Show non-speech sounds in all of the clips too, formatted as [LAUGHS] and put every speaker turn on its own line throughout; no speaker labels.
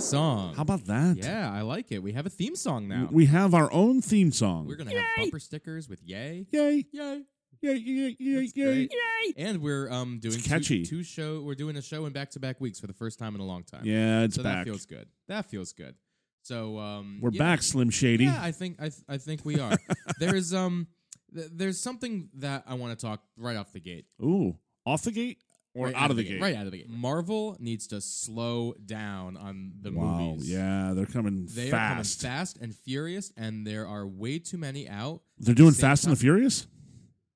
song.
How about that?
yeah, I like it. We have a theme song now.
We have our own theme song.
We're gonna have bumper stickers with yay,
yay,
yay,
yay, yay, yay,
That's
yay.
great. and we're um doing
It's
two-
catchy.
Two, show. We're doing a show in back to back weeks for the first time in a long time.
Yeah, it's
so that
back.
feels good. That feels good. So um,
We're
yeah.
back, Slim Shady.
Yeah, I think I, th- I think we
[LAUGHS]
are. there is um, th- there's something that I want to talk right off the gate.
Ooh, off the gate or
Right
out of the gate?
Right out of the gate. Marvel needs to slow down on the
wow.
movies.
Yeah, they're coming
They
fast.
are coming fast and furious, and there are way too many out.
They're doing
Same
Fast and the
time.
Furious.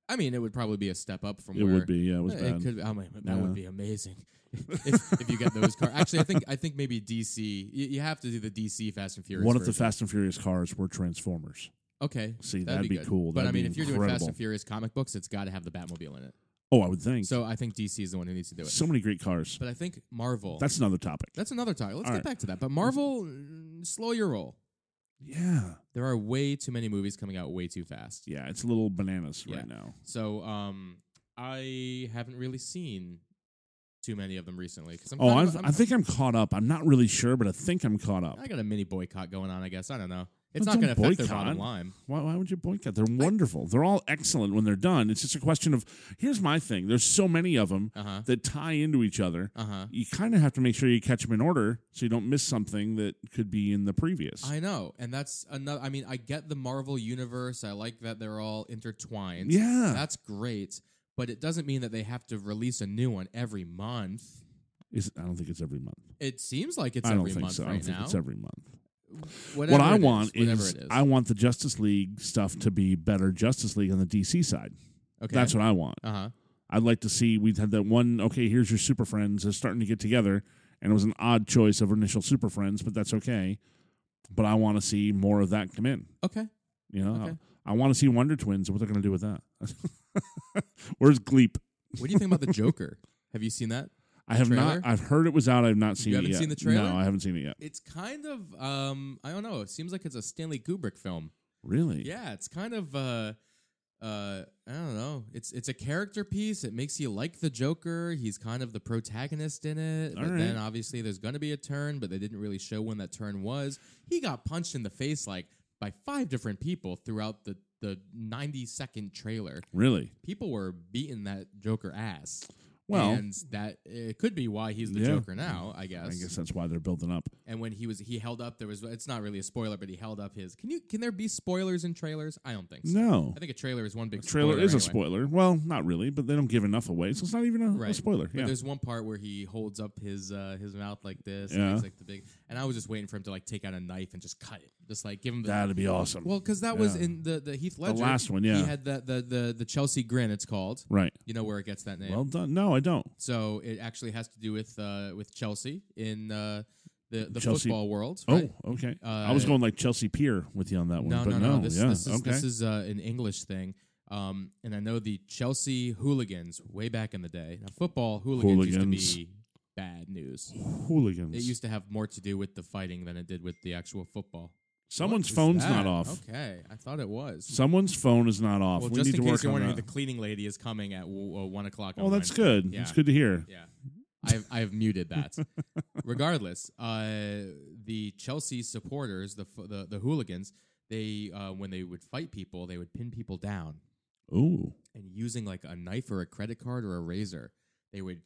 I mean, it would probably be a step up from
It
where
would be. Yeah, it was
Uh,
bad.
could. I mean, that
Yeah.
would be amazing [LAUGHS] if, if you get those cars. Actually, I think I think maybe DC. You, you have to do the DC Fast and Furious.
One of the
version.
Fast and Furious cars were Transformers.
okay.
See,
that'd,
that'd
be,
be
good.
cool.
But
That'd
I mean,
be
if you're doing Fast
incredible.
and Furious comic books, it's got to have the Batmobile in it.
Oh, I would think.
So I think DC is the one who needs to do it.
so many great cars.
But I think Marvel.
That's another topic.
that's another topic. Let's
All
get
right.
back to that. But Marvel, mm, slow your roll.
Yeah.
There are way too many movies coming out way too fast.
Yeah, it's a little bananas
Yeah.
right now.
So um, I haven't really seen too many of them recently. 'cause I'm
Oh,
kind
I've,
of- I'm-
I think I'm caught up. I'm not really sure, but I think I'm caught up.
I got a mini boycott going on, I guess. I don't know. It's
Well,
not going to
Oh, don't
affect their
boycott.
bottom line.
Why, why would you boycott? They're wonderful. They're all excellent when they're done. It's just a question of here's my thing. There's so many of them
Uh huh.
that tie into each other.
Uh huh.
You kind of have to make sure you catch them in order so you don't miss something that could be in the previous.
I know, and that's another. I mean, I get the Marvel universe. I like that they're all intertwined.
yeah,
that's great. But it doesn't mean that they have to release a new one every month.
Is- I don't think it's every month.
It seems like it's
I don't
every
think
month
so.
right
I don't think
now.
it's every month.
whatever
what I
it is,
want
whatever
is,
it is.
I want the Justice League stuff to be better Justice League on the DC side.
okay.
That's what I want.
Uh huh.
I'd like to see we've had that one. Okay, here's your super friends. They're starting to get together, and it was an odd choice of initial super friends, but that's okay. But I want to see more of that come in.
Okay.
You know,
Okay.
I, want to see Wonder Twins. What they're going to do with that? [LAUGHS] Where's Gleep?
What do you think about the Joker? Have you seen that?
I have
Trailer?
not. I've heard it was out. I've not seen.
haven't
it yet.
seen the trailer?
No, I haven't seen it yet.
It's kind of um, I don't know. It seems like it's a Stanley Kubrick film.
Really?
Yeah, it's kind of uh uh I don't know. It's it's a character piece. It makes you like the Joker. He's kind of the protagonist in it.
All
but
right.
then obviously there's going to be a turn, but they didn't really show when that turn was. He got punched in the face like by five different people throughout the the 90 second trailer.
Really?
People were beating that Joker ass.
Well,
and that it could be why he's the
Yeah.
Joker now, I
I
guess.
guess that's why they're building up.
And when he was he held up there was it's not really a spoiler, but he held up his. Can you can there be spoilers in trailers? I don't think so.
No,
I think a trailer is one big
trailer
spoiler
is a
anyway.
spoiler. Well, not really, but they don't give enough away, so it's not even a, a
Right.
spoiler.
But
yeah.
there's one part where he holds up his uh, his mouth like this,
Yeah.
and he's like the big. And I was just waiting for him to like take out a knife and just cut it, just like give him the.
That'd be awesome.
well, because that was
Yeah.
in the the Heath Ledger
last one, yeah.
He had that the the the Chelsea grin. It's called.
right.
You know where it gets that name.
Well done. No, I don't.
so it actually has to do with uh, with Chelsea in uh, the the
Chelsea-
football world.
Oh,
right?
okay.
Uh,
I was going like Chelsea Pier with you on that one,
No,
but
no,
no,
no, This,
yeah,
this is,
okay.
this is uh, an English thing. Um, and I know the Chelsea hooligans way back in the day. Now, football hooligans, used
Hooligans.
to be bad news.
hooligans.
It used to have more to do with the fighting than it did with the actual football.
Someone's
What is
phone's
that?
not off.
Okay, I thought it was.
Someone's phone is not off.
well,
we
just
need
in
to
case
work
you're
on
wondering,
that.
the cleaning lady is coming at w- w- one o'clock. on
oh, that's
Wednesday.
good.
Yeah.
It's good to hear.
Yeah. I've, I've muted
[LAUGHS]
that. Regardless, uh, the Chelsea supporters, the, f- the, the hooligans, they uh, when they would fight people, they would pin people down.
Ooh,
and using like a knife or a credit card or a razor, they would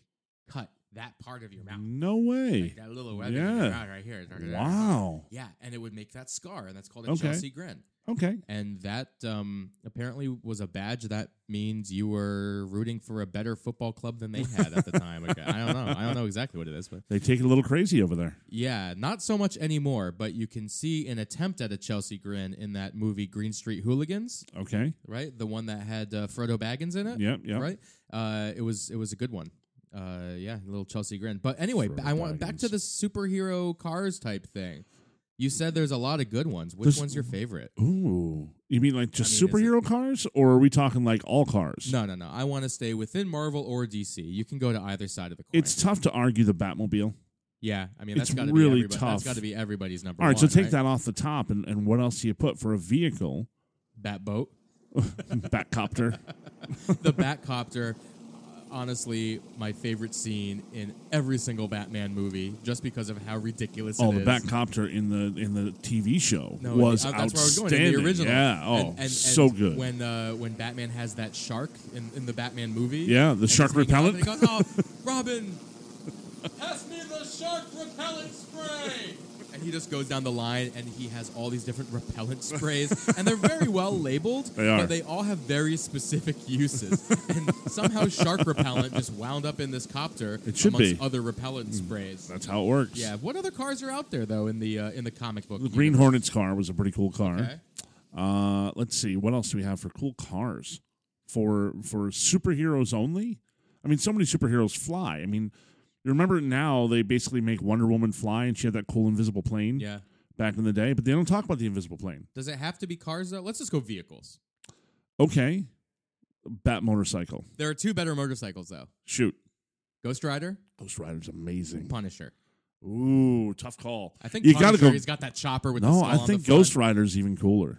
cut that part of your mouth.
no
Like
way.
that little webbing
Yeah.
in your mouth right here.
Wow.
Yeah, and it would make that scar, and that's called a
Okay.
Chelsea grin.
Okay.
And that um, apparently was a badge that means you were rooting for a better football club than they had
[LAUGHS]
at the time. Okay, I don't know. I don't know exactly what it is, but
They take it a little crazy over there.
yeah, not so much anymore. But you can see an attempt at a Chelsea grin in that movie Green Street Hooligans,
Okay.
right? The one that had uh, Frodo Baggins in it.
Yep. Yep.
right? Uh, it was it was a good one. Uh, yeah, a little Chelsea grin. But anyway,
Frodo
I want back to
Baggins.
the superhero cars type thing. You said there's a lot of good ones. Which
There's-
one's your favorite?
Ooh. You mean like just
I mean, is it-
superhero cars, or are we talking like all cars?
No, no, no. I want to stay within Marvel or DC. You can go to either side of the coin.
It's tough to argue the Batmobile.
yeah, I mean
it's
that's got to
really
be everybo- That's
tough.
got to be everybody's number
All right,
one.
so take
right?
that off the top, and, and what else do you put for
[LAUGHS]
a vehicle?
Batboat,
Batcopter.
the Batcopter. [LAUGHS] honestly my favorite scene in every single Batman movie, just because of how ridiculous
Oh,
it
the
is.
Batcopter in the in the TV show
No,
was
uh, that's where I was going,
outstanding.
in the original.
Yeah. Oh,
And- and- and
so good.
When uh, when Batman has that shark in, in the Batman movie.
Yeah, the
and he's
shark
hanging out
repellent.
And he goes, "Oh, Robin, pass me the shark repellent spray." And he just goes down the line, and he has all these different repellent sprays, and they're very well labeled,
They are.
but they all have very specific uses. and somehow, shark repellent just wound up in this copter
It should
amongst
be. Hmm.
other repellent sprays.
That's how it works.
Yeah. What other cars are out there though in the uh, in the comic book?
The Green Hornet's car was a pretty cool car.
Okay.
Uh, let's see what else do we have for cool cars for for superheroes only. I mean, so many superheroes fly. I mean, you remember now they basically make Wonder Woman fly, and she had that cool invisible plane
Yeah.
back in the day. But they don't talk about the invisible plane.
Does it have to be cars though? Let's just go vehicles.
Okay, Bat motorcycle.
There are two better motorcycles though.
Shoot,
Ghost Rider,
Ghost Rider's amazing.
Punisher.
Ooh, tough call.
I think
you
Punisher,
gotta go.
He's got that chopper with the
No,
skull
I
on
think
the front.
Ghost Rider's even cooler.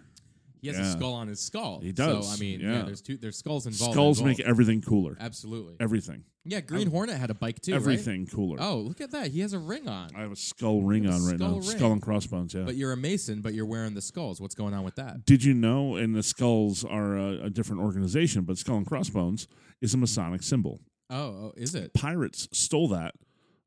He has a
yeah.
skull on his skull.
He does,
So I mean,
yeah.
there's two. There's skulls involved.
Skulls
involved.
make everything cooler.
absolutely.
Everything.
Yeah, Green Hornet had a bike too. right?
everything cooler.
Oh, look at that! He has a ring on.
I have a skull ring
have a
on right now.
skull ring.
Skull and crossbones, yeah.
But you're a mason, but you're wearing the skulls. What's going on with that?
Did you know, and the skulls are a, a different organization, but skull and crossbones is a Masonic symbol.
Oh, oh is it?
Pirates stole that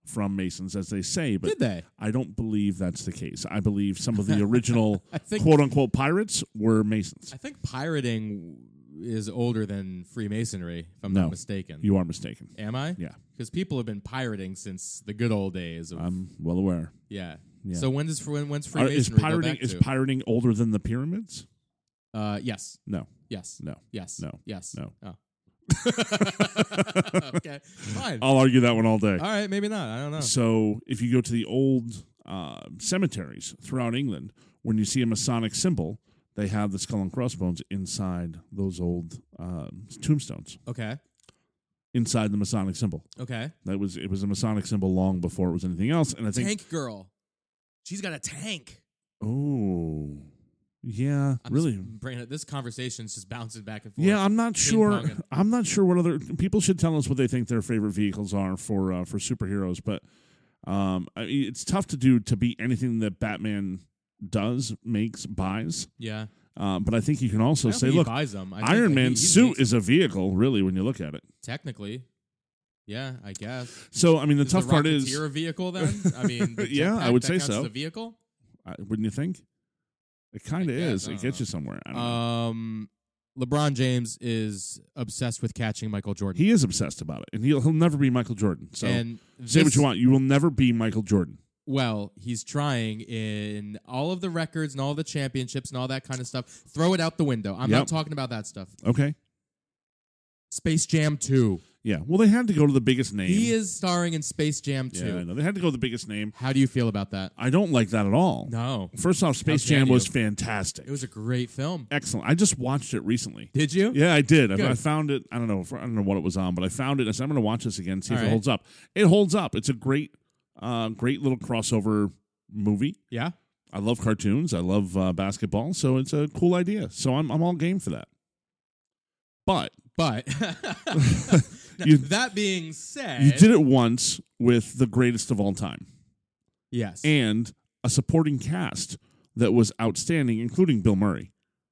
from Masons, as they say, but
Did they?
I don't believe that's the case. I believe some of the original
[LAUGHS] I think-
quote unquote pirates were Masons.
I think pirating is older than Freemasonry, if I'm
No.
not mistaken.
You are mistaken.
Am I?
Yeah.
Because people have been pirating since the good old days of
I'm well aware.
Yeah.
Yeah.
So when does when when's
Are- is
Freemasonry go
pirating
back
is
to?
pirating older than the pyramids?
uh, yes,
No,
yes,
no.
yes,
No.
yes,
No. [LAUGHS]
Oh. okay, fine.
I'll argue that one all day.
All right, maybe not. I don't know.
So if you go to the old uh, cemeteries throughout England, when you see a Masonic symbol, they have the skull and crossbones inside those old um tombstones,
Okay,
inside the Masonic symbol.
okay.
That was it was a Masonic symbol long before it was anything else. And I think,
Tank girl, she's got a tank.
oh, yeah,
I'm
really.
just bringing it. This conversation's just bouncing back and forth.
yeah, I'm not sure.
ponging.
[LAUGHS] I'm not sure what other people should tell us what they think their favorite vehicles are for uh, for superheroes, but um, I mean, it's tough to do to beat anything that Batman does, makes, buys.
yeah.
Um, but I think you can also
I don't
say,
think he
look,
buys them. I think that
Iron
he-
Man's
he
suit
makes-
is a vehicle, really, when you look at it.
technically. Yeah, I guess.
So, I mean, the
Is
tough
the
part is,
Rocketeer a vehicle then? I
[LAUGHS]
mean, the
Yeah, I
jetpack,
would
that
say
counts as
so.
a vehicle.
I- wouldn't you think? It kind of
guess,
is.
I
It
don't
gets
know.
you somewhere. I don't know.
Um, LeBron James is obsessed with catching Michael Jordan.
He is obsessed about it, and he'll he'll never be Michael Jordan. So,
and
say what
this-
you want. You will never be Michael Jordan.
Well, he's trying in all of the records and all the championships and all that kind of stuff. Throw it out the window. I'm
Yep.
not talking about that stuff.
Okay.
Space Jam 2.
Yeah. Well, they had to go to the biggest name.
He is starring in Space Jam 2.
Yeah, I know. They had to go to the biggest name.
How do you feel about that?
I don't like that at all.
No.
First off, Space
dare
Jam
you.
was fantastic.
It was a great film.
excellent. I just watched it recently.
Did you?
Yeah, I did.
Good.
I, I found it. I don't know. I don't know what it was on, but I found it. I said, I'm going to watch this again, see if
All
it
right.
holds up. It holds up. It's a great, uh, great little crossover movie.
Yeah.
I love cartoons. I love uh, basketball. So it's a cool idea. So I'm I'm all game for that. But
But [LAUGHS]
[LAUGHS] You-
that being said,
you did it once with the greatest of all time
Yes.
and a supporting cast that was outstanding, including Bill Murray.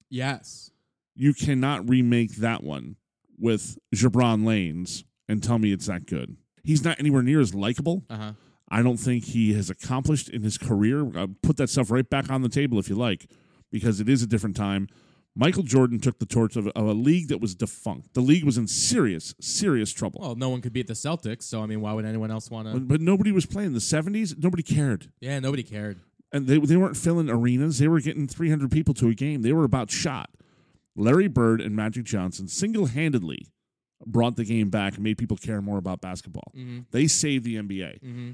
yes.
You cannot remake that one with Gibran Lanes and tell me it's that good. He's not anywhere near as likable.
Uh-huh.
I don't think he has accomplished in his career. Uh, put that stuff right back on the table if you like, because it is a different time. Michael Jordan took the torch of, of a league that was defunct. The league was in serious, serious trouble.
Well, no one could beat the Celtics, so I mean, why would anyone else want to?
But, but nobody was playing. The 70s, nobody cared.
Yeah, nobody cared.
And they, they weren't filling arenas. They were getting 300 people to a game. They were about shot. Larry Bird and Magic Johnson single handedly brought the game back and made people care more about basketball. They saved the NBA.
Mm-hmm.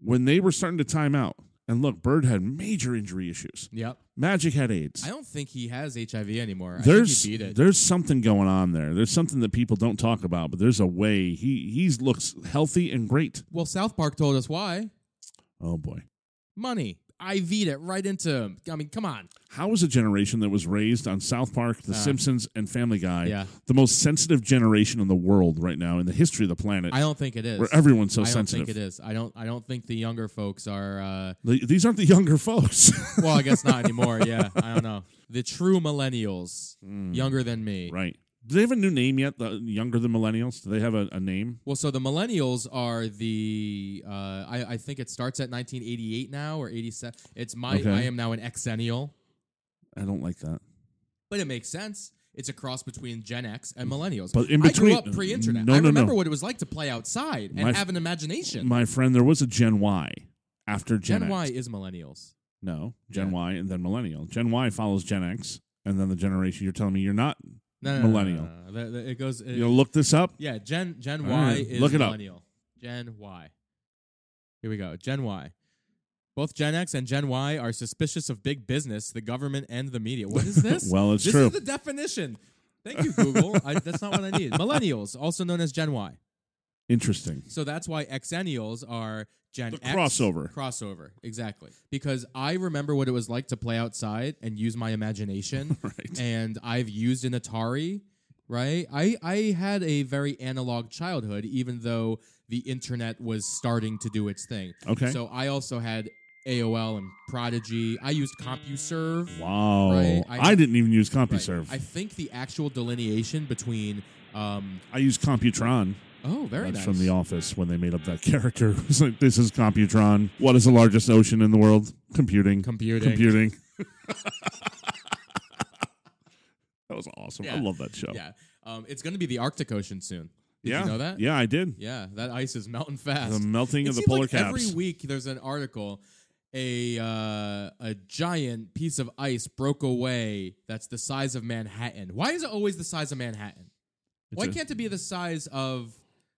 When they were starting to time out, and look, Bird had major injury issues.
Yep.
Magic had AIDS.
I don't think he has HIV anymore.
There's
I think he beat it.
there's something going on there. There's something that people don't talk about, but there's a way he he's looks healthy and great.
Well, South Park told us why.
Oh boy,
Money. IV'd it right into him. I mean, come on.
How is a generation that was raised on South Park, The
Uh,
Simpsons, and Family Guy
yeah.
the most sensitive generation in the world right now in the history of the planet,
I don't think it is.
where everyone's so
I don't
sensitive?
think it is. I don't. I don't think the younger folks are. Uh,
The- These aren't the younger [LAUGHS] folks,
well, I guess
[LAUGHS]
not anymore. Yeah, I don't know. The true millennials, younger than me.
Hmm. right? Do they have a new name yet? The younger than millennials? Do they have a, a name?
Well, so the millennials are the. Uh, I, I think it starts at 1988 now or 87. It's my.
Okay.
I am now an Xennial,
I don't like that.
but it makes sense. It's a cross between Gen X and millennials.
But in
I grew
between-
up pre-internet.
No,
I
no, no.
remember what it was like to play outside and
My-
have an imagination.
My friend, there was a Gen Y after Gen,
Gen
X.
Y is millennials.
No, Gen
Yeah.
Y and then millennial. Gen Y follows Gen X and then the generation. You're telling me you're not?
No, no, no, no,
Millennial.
no, no, no. The- the- It goes. it-
You know, look this up.
Yeah, Gen Gen
All
Y
right,
is
look it up.
millennial. Gen Y. Here we go. Gen Y. Both Gen X and Gen Y are suspicious of big business, the government, and the media.
[LAUGHS]
What is this?
Well, it's
this
true.
is the definition. Thank you, Google. I, that's not what I
[LAUGHS]
need. Millennials, also known as Gen Y. [LAUGHS]
Interesting.
So that's why Xennials are Gen
The
X.
crossover.
Crossover, exactly. Because I remember what it was like to play outside and use my imagination.
Right.
and I've used an Atari, right? I, I had a very analog childhood, even though the internet was starting to do its thing.
Okay.
So I also had AOL and Prodigy. I used CompuServe.
wow.
Right,
I,
I-
didn't even use
Right.
CompuServe.
I think the actual delineation between, um,
I, used Computron.
oh, very
That's
nice.
from The Office when they made up that [LAUGHS] character. It was like, this is Computron. What is the largest ocean in the world? Computing.
computing.
Computing.
[LAUGHS]
that was awesome. I
Yeah.
love that show.
Yeah. Um, it's going to be the Arctic Ocean soon. Did
Yeah.
you know that?
Yeah, I did.
Yeah, that ice is melting fast.
The melting
It
of the
seems
polar
like
caps.
Every week, there's an article. A uh, a giant piece of ice broke away. That's the size of Manhattan. Why is it always the size of Manhattan?
It's
Why
a-
can't it be the size of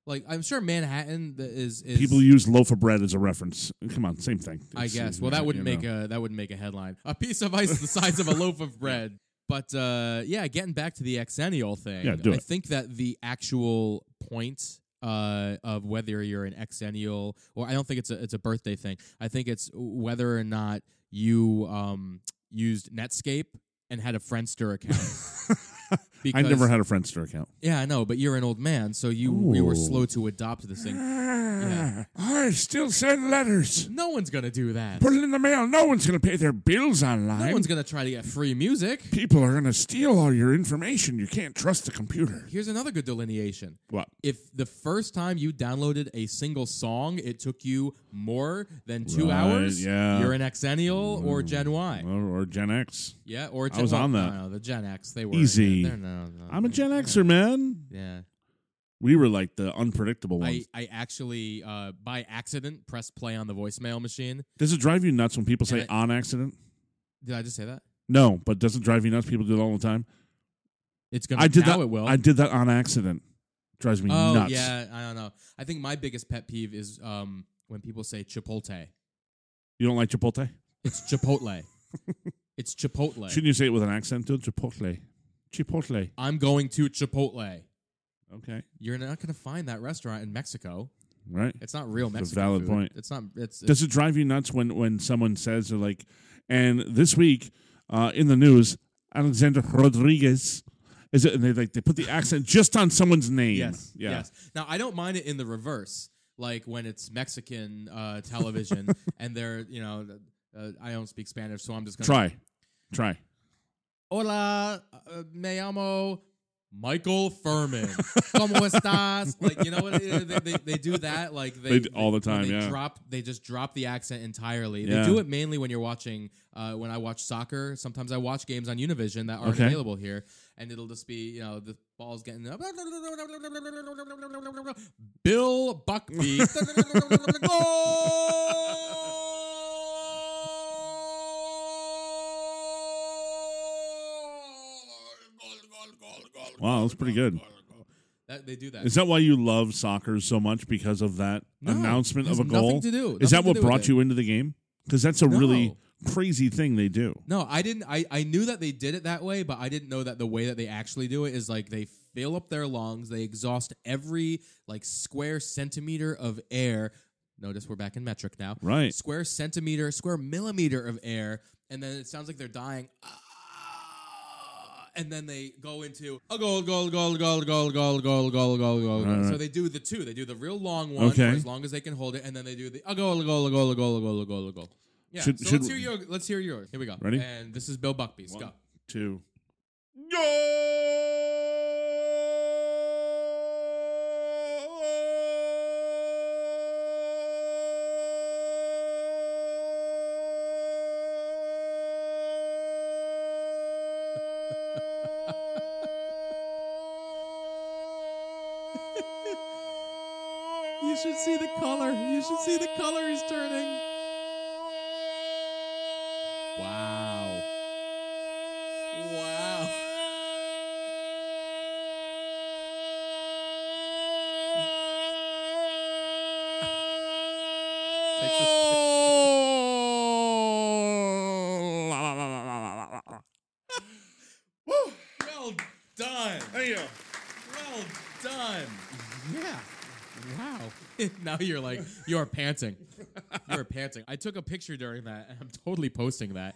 like I'm sure Manhattan th- is, is
People use loaf of bread as a reference. Come on, same thing.
I guess. Well, that wouldn't make a that wouldn't make a headline. A piece of ice the size of a loaf
[LAUGHS]
of bread. But uh, yeah, getting back to the exennial thing,
Yeah, do
I
it.
think that the actual point uh, of whether you're an exennial or I don't think it's a it's a birthday thing. I think it's whether or not you um, used Netscape and had a Friendster account.
a. [LAUGHS] I
Because,
never had a Friendster account.
Yeah, I know, but you're an old man, so you you were
Ooh.
slow to adopt this thing.
Ah, I still send letters.
No one's gonna do that.
it in the mail. No one's going to pay their bills online.
No one's gonna try to get free music.
People are going to steal all your information. You can't trust the computer.
Here's another good delineation.
What?
if the first time you downloaded a single song, it took you more than two
Right,
hours,
yeah.
you're an Xennial or Gen Y.
Or, or Gen X.
Yeah, or Gen
was
well,
on
no,
that.
No, the Gen X, they were
Easy.
They're, no, no,
I'm a Gen
they're-
Xer, man.
Yeah,
We were like the unpredictable
I,
ones.
I actually uh, by accident pressed play on the voicemail machine.
Does it drive you nuts when people say
And
on accident?
Did I just say that?
No, but does it drive you nuts? People do it all the time.
It's gonna.
I did
now
that.
It will.
I did that on accident. Drives me
oh
nuts.
yeah, I don't know. I think my biggest pet peeve is um, when people say Chipotle.
You don't like Chipotle?
It's
[LAUGHS]
Chipotle. it's Chipotle.
Shouldn't you say it with an accent? Don't Chipotle. Chipotle.
I'm going to Chipotle.
Okay.
You're not going to find that restaurant in Mexico.
Right.
It's not real Mexican.
valid
food.
point.
It's not. It's, it's
Does it drive you nuts when when someone says they're like, and this week uh, in the news, Alexander Rodriguez is it? And they like they put the accent just on someone's name.
yes,
Yeah.
yes. Now I don't mind it in the reverse, like when it's Mexican uh,
[LAUGHS]
television and they're you know uh, I don't speak Spanish, so I'm just gonna
Try. Try.
Hola, uh, me llamo Michael Furman. Como
[LAUGHS]
estás? like you know what they, they, they, they do that like they,
They do all the
when
time,
They
yeah.
drop they just drop the accent entirely.
Yeah.
They do it mainly when you're watching. Uh, when I watch soccer, sometimes I watch games on Univision that aren't
Okay.
available here, and it'll just be you know the ball's getting up. Bill Buckbeak.
[LAUGHS]
Goal!
Wow, that's pretty good.
That, they do that.
Is that why you love soccer so much because of that
No,
announcement
has
of a goal?
Nothing to do.
Is that
nothing to
what
do with
brought
it.
you into the game? Because that's a really
No.
crazy thing they do.
No, I didn't. I, I knew that they did it that way, but I didn't know that the way that they actually do it is like they fill up their lungs, they exhaust every like square centimeter of air. Notice we're back in metric now.
Right.
Square centimeter, square millimeter of air, and then it sounds like they're dying. Ah, And then they go into a goal, goal, goal, goal, goal, goal, goal, goal, goal, goal.
Right,
So
right.
they do the two. They do the real long one
Okay.
for as long as they can hold it, and then they do the a goal, a goal, a goal, a goal, a goal, a goal, a goal. Yeah.
Should-
so
should-
let's hear your. Let's hear yours. Here we go.
Ready?
And this is Bill Buckby's. Go.
Two.
You should see the color. You should see the color he's turning. Wow. Wow. Take
[LAUGHS]
this- Well done.
There you go.
Well done. Yeah. Wow. [LAUGHS] now you're like you are panting. You are panting. I took a picture during that, and I'm totally posting that.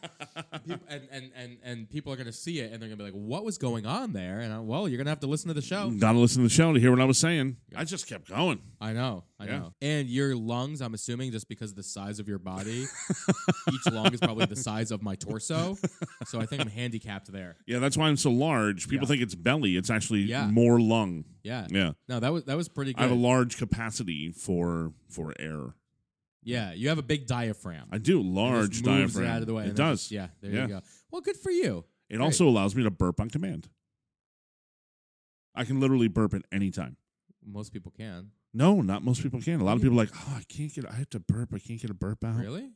Peop- and, and and and people are gonna see it, and they're gonna be like, "What was going on there?" And I, well, you're gonna have to listen to the show.
Gotta listen to the show to hear what I was saying. I just kept going.
I know, I
Yeah.
know. And your lungs, I'm assuming, just because of the size of your body, each lung is probably the size of my torso. So I think I'm handicapped there.
Yeah, that's why I'm so large. People
Yeah.
think it's belly. It's actually
Yeah.
more lung.
Yeah.
Yeah.
No, that was that was pretty
I have a
good.
large capacity for for air.
yeah, you have a big diaphragm.
I do large
just moves
diaphragm.
It out of the way.
It
and then
does.
just- yeah. There
Yeah.
you go. Well, good for you.
It also allows me to burp on command. I can literally burp at any time.
Most people can.
No, not most people can. A lot of people are like, oh, I can't get. I have to burp. I can't get a burp out.
Really?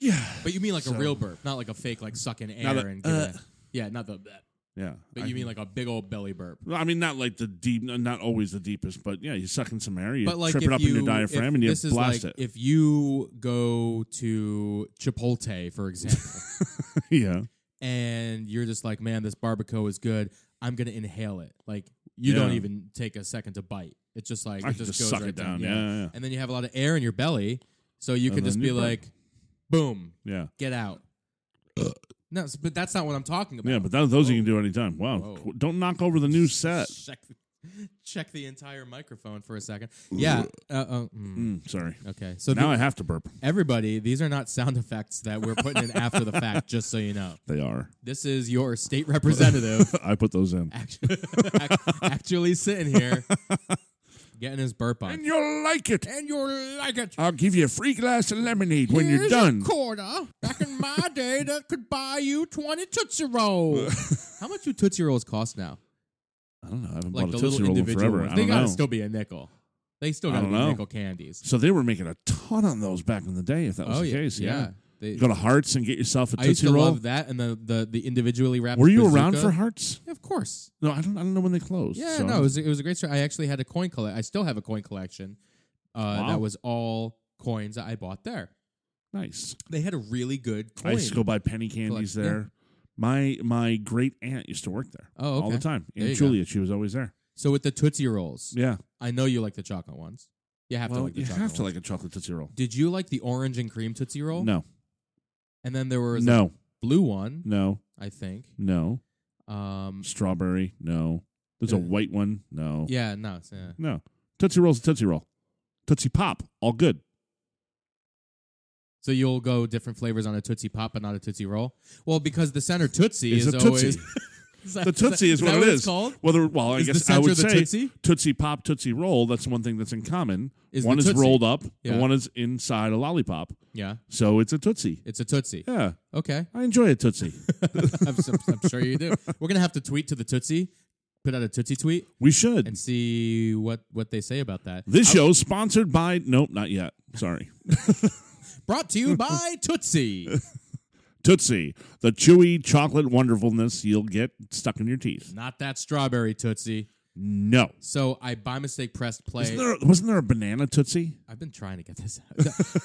Yeah.
But you mean like
So-
a real burp, not like a fake like sucking air
Not the,
and giving
uh,
it. Yeah, not the. bleh.
yeah.
But
I
you
can-
mean like a big old belly burp.
Well, I mean, not like the deep, not always the deepest, but yeah, you suck in some air, you
But like
trip
if
it up
you,
in your
if
diaphragm, and you
this is
blast
like
it.
if you go to Chipotle, for
[LAUGHS]
example,
yeah,
and you're just like, man, this barbacoa is good. I'm gonna inhale it. Like you
Yeah.
don't even take a second to bite. It's just like
I
it
can just
goes
suck
right
it
down.
down. Yeah, yeah, yeah.
And then you have a lot of air in your belly, so you
And
can just
then
be
you burp.
like, boom,
yeah,
get out. no, s- but that's not what I'm talking about.
yeah. But tho- those you can do anytime. Wow,
Whoa.
Qu- don't knock over the new set.
check, check the entire microphone for a second. Yeah. Uh, oh, mm.
Mm, sorry.
Okay. So
now
the-
I have to burp.
everybody, these are not sound effects that we're putting in after the fact. Just so you know,
They are. [LAUGHS]
this is your state representative
I put those in.
actually, actually sitting here getting his burp on.
you'll like it.
And you like it.
I'll give you a free glass of lemonade when
Here's A
[LAUGHS]
quarter. Back in my day, that could buy you 20 Tootsie Rolls. How much do Tootsie Rolls cost now?
I don't know. I haven't
Like
bought
the
a
little
Tootsie Roll in
individual
forever.
ones.
I
They
don't
gotta
know.
still be a nickel. They still
I
gotta
don't
be
know.
nickel candies.
so they were making a ton on those back in the day. If that was
oh
the
yeah,
case,
yeah. They,
You go to Hearts and get yourself a
I used
Tootsie
to
Roll.
love that and the, the, the individually wrapped.
Were you around
bazooka.
for Hearts?
Yeah, of course.
No, I don't. I don't know when they closed.
Yeah,
so-
no, it was it was a great story. I actually had a coin collect. I still have a coin collection. Uh,
Wow.
That was all coins that I bought there.
nice.
They had a really good
I
coin.
used to go buy penny candies
Collect- yeah.
there. My my great aunt used to work there
oh, okay.
all the time.
There
Aunt
you go.
Julia, she was always there.
So with the Tootsie Rolls,
Yeah,
I know you like the chocolate ones. You have to
well,
like the
you
chocolate
have to
ones.
like a chocolate tootsie roll.
Did you like the orange and cream Tootsie Roll?
No,
And then there was a
no,
blue one,
no,
I think.
no.
Um,
Strawberry, no. There's a
Uh,
white one, no.
yeah, no. it's, uh,
No. Tootsie Roll's a Tootsie Roll. Tootsie Pop, all good.
So you'll go different flavors on a Tootsie Pop, but not a Tootsie Roll. Well, because the center Tootsie
It's
is
a Tootsie. [LAUGHS]
always Is that- [LAUGHS]
The
is that-
Tootsie is
that
what it
what it's
is.
called?
Well, there, well I
Is the
guess I
center
would
the
say
Tootsie?
Pop, Tootsie Roll. That's one thing that's in common.
Is the
one is
Tootsie.
rolled up,
Yeah.
and one is inside a lollipop.
Yeah,
So it's a Tootsie.
it's a Tootsie.
Yeah, [LAUGHS]
Okay,
I enjoy a Tootsie.
I'm, s- I'm sure you do. We're gonna have to tweet to the Tootsie, put out a Tootsie tweet,
we
[LAUGHS]
should.
and see what what they say about that.
This show's sponsored by nope, not yet. Sorry.
Brought to
[LAUGHS]
you by Tootsie.
Tootsie, the chewy chocolate wonderfulness you'll get stuck in your teeth.
Not that strawberry Tootsie.
No.
So I by mistake pressed play.
Isn't there, wasn't there a banana Tootsie?
I've been trying to get this
[LAUGHS]
out.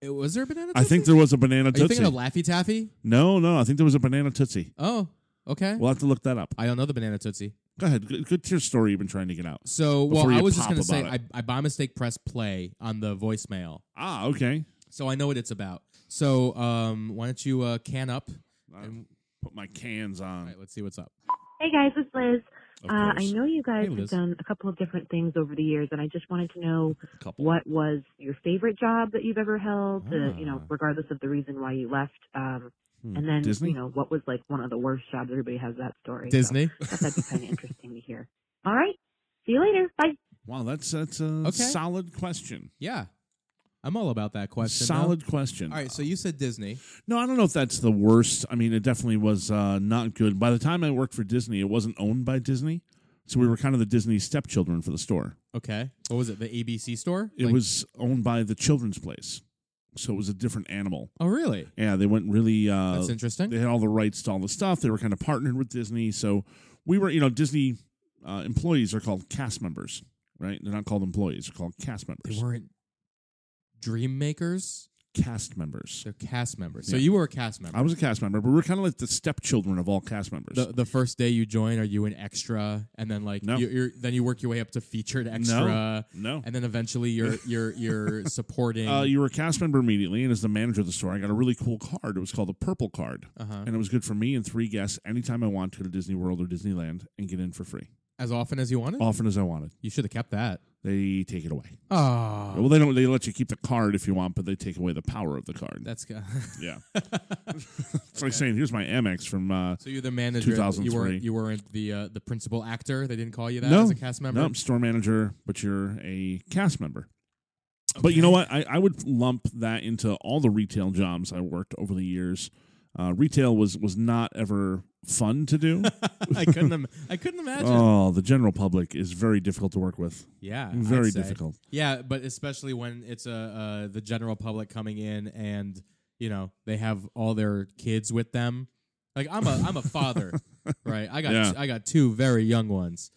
It- Was there a banana?
I
Tootsie?
think there was a banana
Are you
Tootsie.
thinking of Laffy Taffy?
no, no, I think there was a banana Tootsie.
Oh, Okay.
We'll have to look that up.
I don't know the banana tootsie.
Go ahead. Good, good to your story you've been trying to get out.
So, well,
Before you
I was just
pop
gonna say,
about
I, I by mistake pressed play on the voicemail,
Ah, okay.
so I know what it's about. So, um, why don't you uh, can up?
Uh,
And,
Put my cans
all
on.
right, let's see what's up.
Hey guys, it's Liz.
Of
Uh, I
course.
know you guys
Hey, Liz.
have done a couple of different things over the years, and I just wanted to know
A couple.
what was your favorite job that you've ever held, uh, you
Ah.
know, regardless of the reason why you left. Um,
Hmm.
and then,
Disney?
you know, what was like one of the worst jobs? Everybody has that story. so
Disney.
I thought that'd be kind of interesting to hear. All right. See you later. Bye.
Wow, that's that's a
Okay.
solid question.
Yeah, I'm all about that question. though.
solid question.
All right, so you said Disney.
No, I don't know if that's the worst. I mean, it definitely was uh, not good. By the time I worked for Disney, it wasn't owned by Disney, so we were kind of the Disney stepchildren for the store.
Okay. What was it? The ABC store?
It
Like-
was owned by the Children's Place, so it was a different animal.
Oh, really?
Yeah, they went really. Uh,
That's interesting.
they had all the rights to all the stuff. They were kind of partnered with Disney, so we were. You know, Disney uh, employees are called cast members, right? They're not called employees; they're called cast members.
They weren't dream makers.
cast members.
They're cast members. So
Yeah.
you were a cast member.
I was a cast member, but we were kind of like the stepchildren of all cast members.
the the first day you join, are you an extra? And then like
No.
you, you're then you work your way up to featured extra.
no.
And then eventually
[LAUGHS]
you're you're you're supporting.
Uh, you were a cast member immediately, and as the manager of the store, I got a really cool card. It was called the Purple Card,
uh-huh.
and it was good for me and three guests anytime I want to go to Disney World or Disneyland and get in for free,
As often as you wanted.
often as I wanted.
You should have kept that.
They take it away.
Oh,
Well, they don't. They let you keep the card if you want, but they take away the power of the card.
that's good.
[LAUGHS] yeah, it's like saying, "Here's my Amex from." Uh,
[LAUGHS] so you're the manager. You
2003.
weren't you weren't the uh, the principal actor. They didn't call you that
no,
as a cast member.
no, I'm store manager, but you're a cast member. But you know what? I, I would lump that into all the retail jobs I worked over the years. Uh, retail was was not ever fun to do.
[LAUGHS] I couldn't. Im- I couldn't imagine.
oh, the general public is very difficult to work with.
yeah, I'd
Very
say.
difficult. [LAUGHS]
Yeah, but especially when it's uh, uh, the general public coming in and you know they have all their kids with them. Like I'm a I'm a
[LAUGHS]
father, right? I got
Yeah.
I got two very young ones.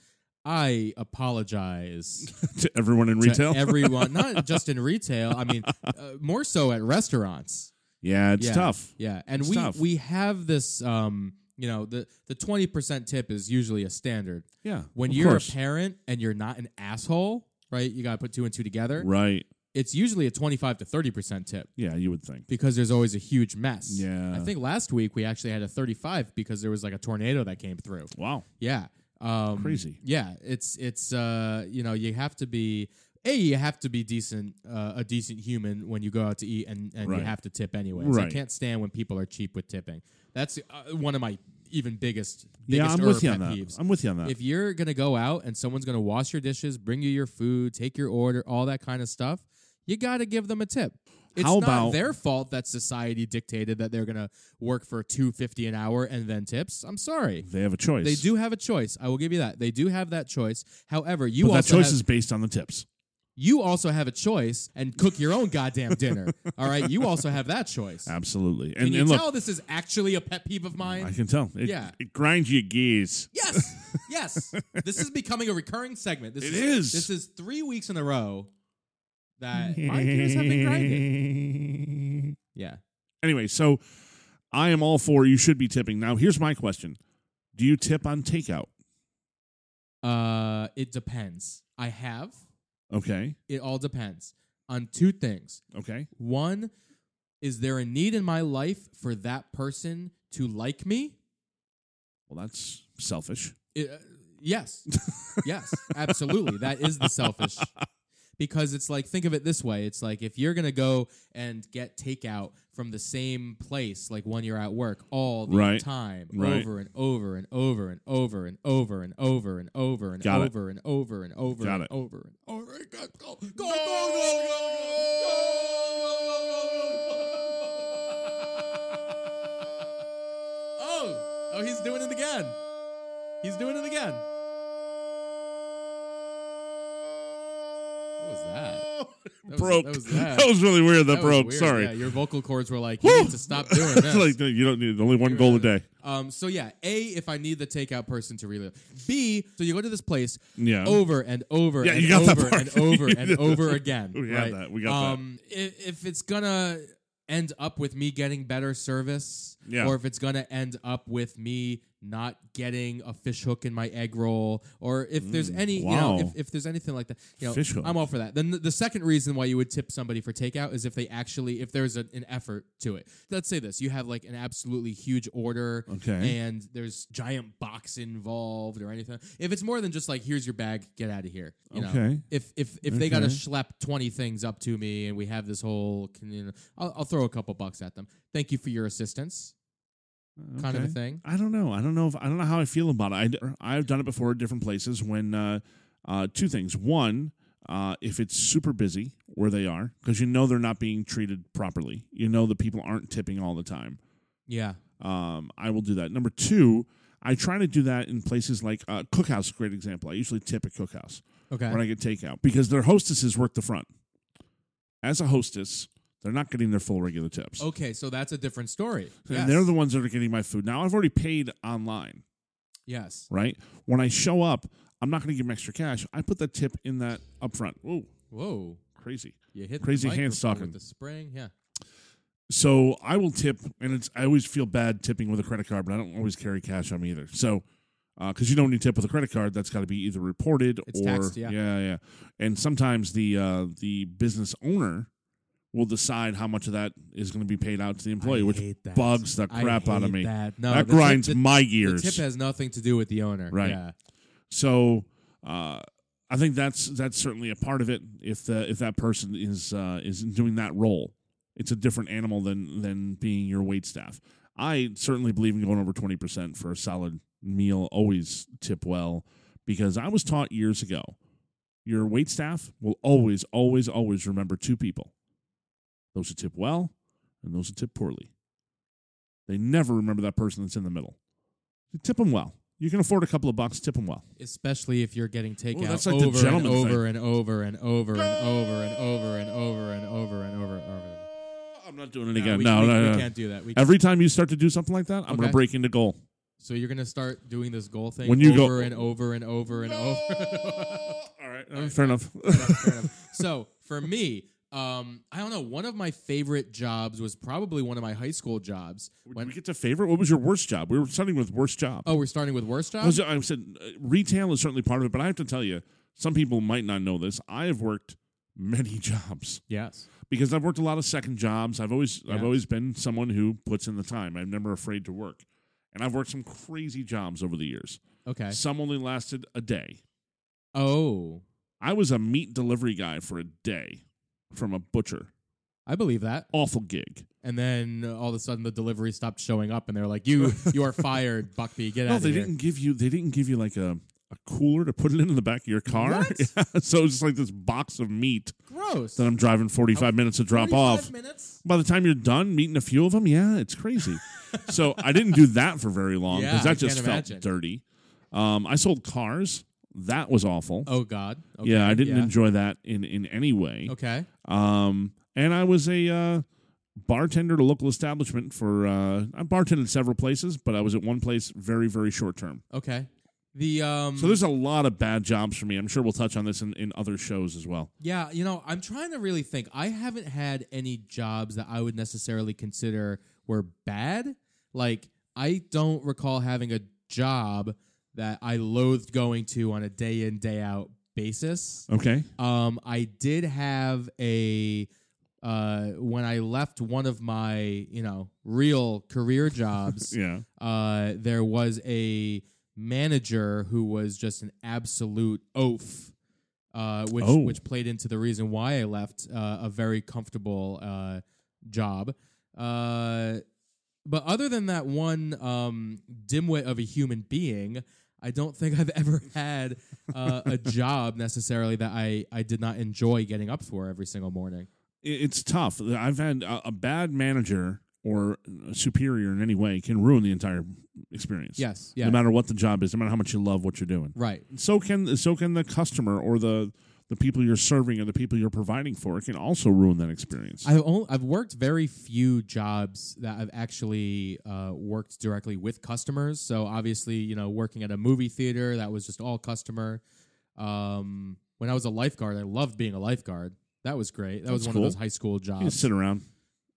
I
[LAUGHS]
apologize
to everyone in retail.
to everyone,
[LAUGHS]
not just in retail. I mean, uh, more so at restaurants.
yeah, it's
Yeah.
tough.
Yeah, and
It's
we
tough.
we have this. Um, you know, the the twenty percent tip is usually a standard.
Yeah,
When
of
you're
course.
a parent and you're not an asshole, right? You got to put two and two together
right?
it's usually a 25 to 30% tip
Yeah, you would think.
because there's always a huge mess.
Yeah.
I think last week we actually had a 35 because there was like a tornado that came through.
Wow,
Yeah. Um,
Crazy.
Yeah. It's, it's, uh, you know, you have to be, A, you have to be decent, uh, a decent human when you go out to eat and, and
Right.
you have to tip anyway. I
Right.
can't stand when people are cheap with tipping. That's uh, one of my even biggest, biggest
yeah, I'm
er,
with you on
pet
that.
peeves
I'm with you on that.
if you're gonna go out and someone's gonna wash your dishes, bring you your food, take your order, all that kind of stuff, you gotta give them a tip. It's
How
not
about-
their fault that society dictated that they're gonna work for two fifty an hour and then tips. I'm sorry.
they have a choice.
They do have a choice. I will give you that. They do have that choice. However, you
But that
also
choice
have,
is based on the tips.
you also have a choice and cook your own goddamn
[LAUGHS]
dinner. all right. You also have that choice.
Absolutely. And,
Can you
and
tell
look,
this is actually a pet peeve of mine?
I can tell. It,
Yeah.
it grinds your gears.
Yes, yes. this is becoming a recurring segment. This
It
is.
is.
This is three weeks in a row
[LAUGHS]
that my gears have been grinding. Yeah.
Anyway, so I am all for you should be tipping. Now, here's my question Do you tip on takeout?
Uh, it depends. I have.
Okay.
It all depends on two things.
Okay.
One, is there a need in my life for that person to like me?
Well, that's selfish.
It, uh, yes. yes, absolutely. That is the selfish. Because it's like, think of it this way. It's like if you're going to go and get takeout from the same place, like when you're at work all the
Right.
time,
Right.
over and over and over and over and over and over and over and
Got it.
over and over and over
Got
and
it.
over and over. and Go, go, go, go, Oh, oh, he's doing it again. He's doing it again. What was that? That was-
broke.
that was that.
really weird. [LAUGHS] That,
That was
broke.
weird.
Sorry.
Yeah, your vocal cords were like, you need to stop doing
[LAUGHS] It's
this.
like, no, you don't need only one goal a day.
Um, so yeah, A, if I need the takeout person to relive. B, so you go to this place
Yeah.
over and over
Yeah,
and
you got that
over
part.
and over
[LAUGHS] You
and
did.
over again.
We had
right?
that. We got that.
um, i- If, it's gonna end up with me getting better service
Yeah.
or if it's going to end up with me not getting a fish hook in my egg roll, or if there's
Mm,
any,
wow.
you know, if, if there's anything like that, you know,
Fish hook.
I'm all for that. Then the- the second reason why you would tip somebody for takeout is if they actually, if there's a, an effort to it. Let's say this: you have like an absolutely huge order,
Okay.
and there's giant box involved or anything. If it's more than just like, here's your bag, get out of here. You Know?
okay.
If if if they got to
Okay.
schlep twenty things up to me, and we have this whole, con- you know, I'll, I'll throw a couple bucks at them. Thank you for your assistance, kind of a
Okay.
thing.
I don't know. I don't know if I don't know how I feel about it. I, have done it before at different places when uh, uh, two things. One, uh, if it's super busy where they are, because you know they're not being treated properly. You know the people aren't tipping all the time.
Yeah.
Um, I will do that. Number two, I try to do that in places like uh, cookhouse. is a Great example. I usually tip at cookhouse
Okay.
when I get takeout because their hostesses work the front. As a hostess, they're not getting their full regular tips.
Okay. So that's a different story. Oh, Yes.
And they're the ones that are getting my food. Now I've already paid online
yes.
right? When I show up, I'm not going to give them extra cash. I put that tip in that upfront. Whoa,
Whoa.
crazy.
You hit the
Crazy hand
microphone
stalking.
with the spring. Yeah.
So I will tip, and it's I always feel bad tipping with a credit card, but I don't always carry cash on me either. So because you know when you tip with a credit card, that's got to be either reported
It's
or
taxed, yeah.
yeah, yeah. And sometimes the uh, the business owner will decide how much of that is going to be paid out to the employee,
I
which
hate that.
bugs the
I
crap out of
hate
me.
That, no,
that
the tip-
grinds
the-
my
The
gears.
tip has nothing to do with the owner.
Right.
Yeah.
So uh, I think that's that's certainly a part of it. If the if that person is uh, is doing that role, it's a different animal than than being your wait staff. I certainly believe in going over twenty percent for a solid meal. Always tip well because I was taught years ago. Your wait staff will always, always, always remember two people: those who tip well and those who tip poorly. They never remember that person that's in the middle. You tip them well. You can afford a couple of bucks. Tip them well.
Especially if you're getting takeout
that's like the
over, and
gentleman
over and over and over and over and over and over and over and over and over.
I'm not doing it again.
we,
No,
we,
no,
we
no.
can't do that. We
Every time you start to do something like that, I'm going
Okay.
to break
[LAUGHS]
into goal.
So you're gonna start doing this goal thing
When you go-
over and over and over and over. [LAUGHS]
All right, uh, fair enough.
Fair
[LAUGHS]
enough. so for me, um, I don't know. One of my favorite jobs was probably one of my high school jobs.
When
When
we get to favorite, what was your worst job? We were starting with worst job.
oh, we're starting with worst
I, was,
jobs.
I said uh, retail is certainly part of it, but I have to tell you, some people might not know this. I have worked many [LAUGHS] jobs
Yes.
because I've worked a lot of second jobs. I've always I've
Yeah.
always been someone who puts in the time. I'm never afraid to work, and I've worked some crazy jobs over the years.
Okay.
Some only lasted a day.
Oh,
I was a meat delivery guy for a day from a butcher.
I believe that.
Awful gig.
And then uh, all of a sudden, the delivery stopped showing up, and they're like,
[LAUGHS]
"You, you are fired, Buckby. Get
no,
out of
they
here."
didn't give you. They didn't give you like a, a cooler to put it in the back of your car.
What?
[LAUGHS] Yeah, so it's just like this box of meat
Gross.
that I'm driving 45
Oh,
minutes to drop
45
off.
Minutes?
By the time you're done meeting a few of them, yeah, it's
[LAUGHS]
crazy. so I didn't do that for very long
Yeah,
because
I
that just
can't
felt
imagine.
dirty. Um, I sold cars. That was awful.
Oh God. Okay.
yeah, I didn't
yeah.
enjoy that in in any way.
Okay.
Um, and I was a uh, bartender at a local establishment for. Uh, I bartended several places, but I was at one place very, very short term.
Okay. The um.
So there's a lot of bad jobs for me. I'm sure we'll touch on this in, in other shows as well.
Yeah, you know, I'm trying to really think. I haven't had any jobs that I would necessarily consider were bad. Like, I don't recall having a job that I loathed going to on a day in, day out basis.
Okay.
Um, I did have a uh when I left one of my, you know, real career jobs,
[LAUGHS] Yeah.
uh, there was a manager who was just an absolute oaf, uh, which
Oh.
which played into the reason why I left uh, a very comfortable uh, job. Uh, but other than that one um, dimwit of a human being, I don't think I've [LAUGHS] ever had uh, a job necessarily that I, I did not enjoy getting up for every single morning.
It- It's tough. I've had a, a bad manager or a superior in any way can ruin the entire experience.
Yes, yeah,
No matter what the job is, no matter how much you love what you're doing.
right.
So can so can the customer or the the people you're serving or the people you're providing for. It can also ruin that experience.
I've only, I've worked very few jobs that I've actually uh, worked directly with customers. So obviously, you know, working at a movie theater that was just all customer. Um, when I was a lifeguard, I loved being a lifeguard. That was great. That was
That's
one
cool.
of those high school
you can
jobs.
sit around.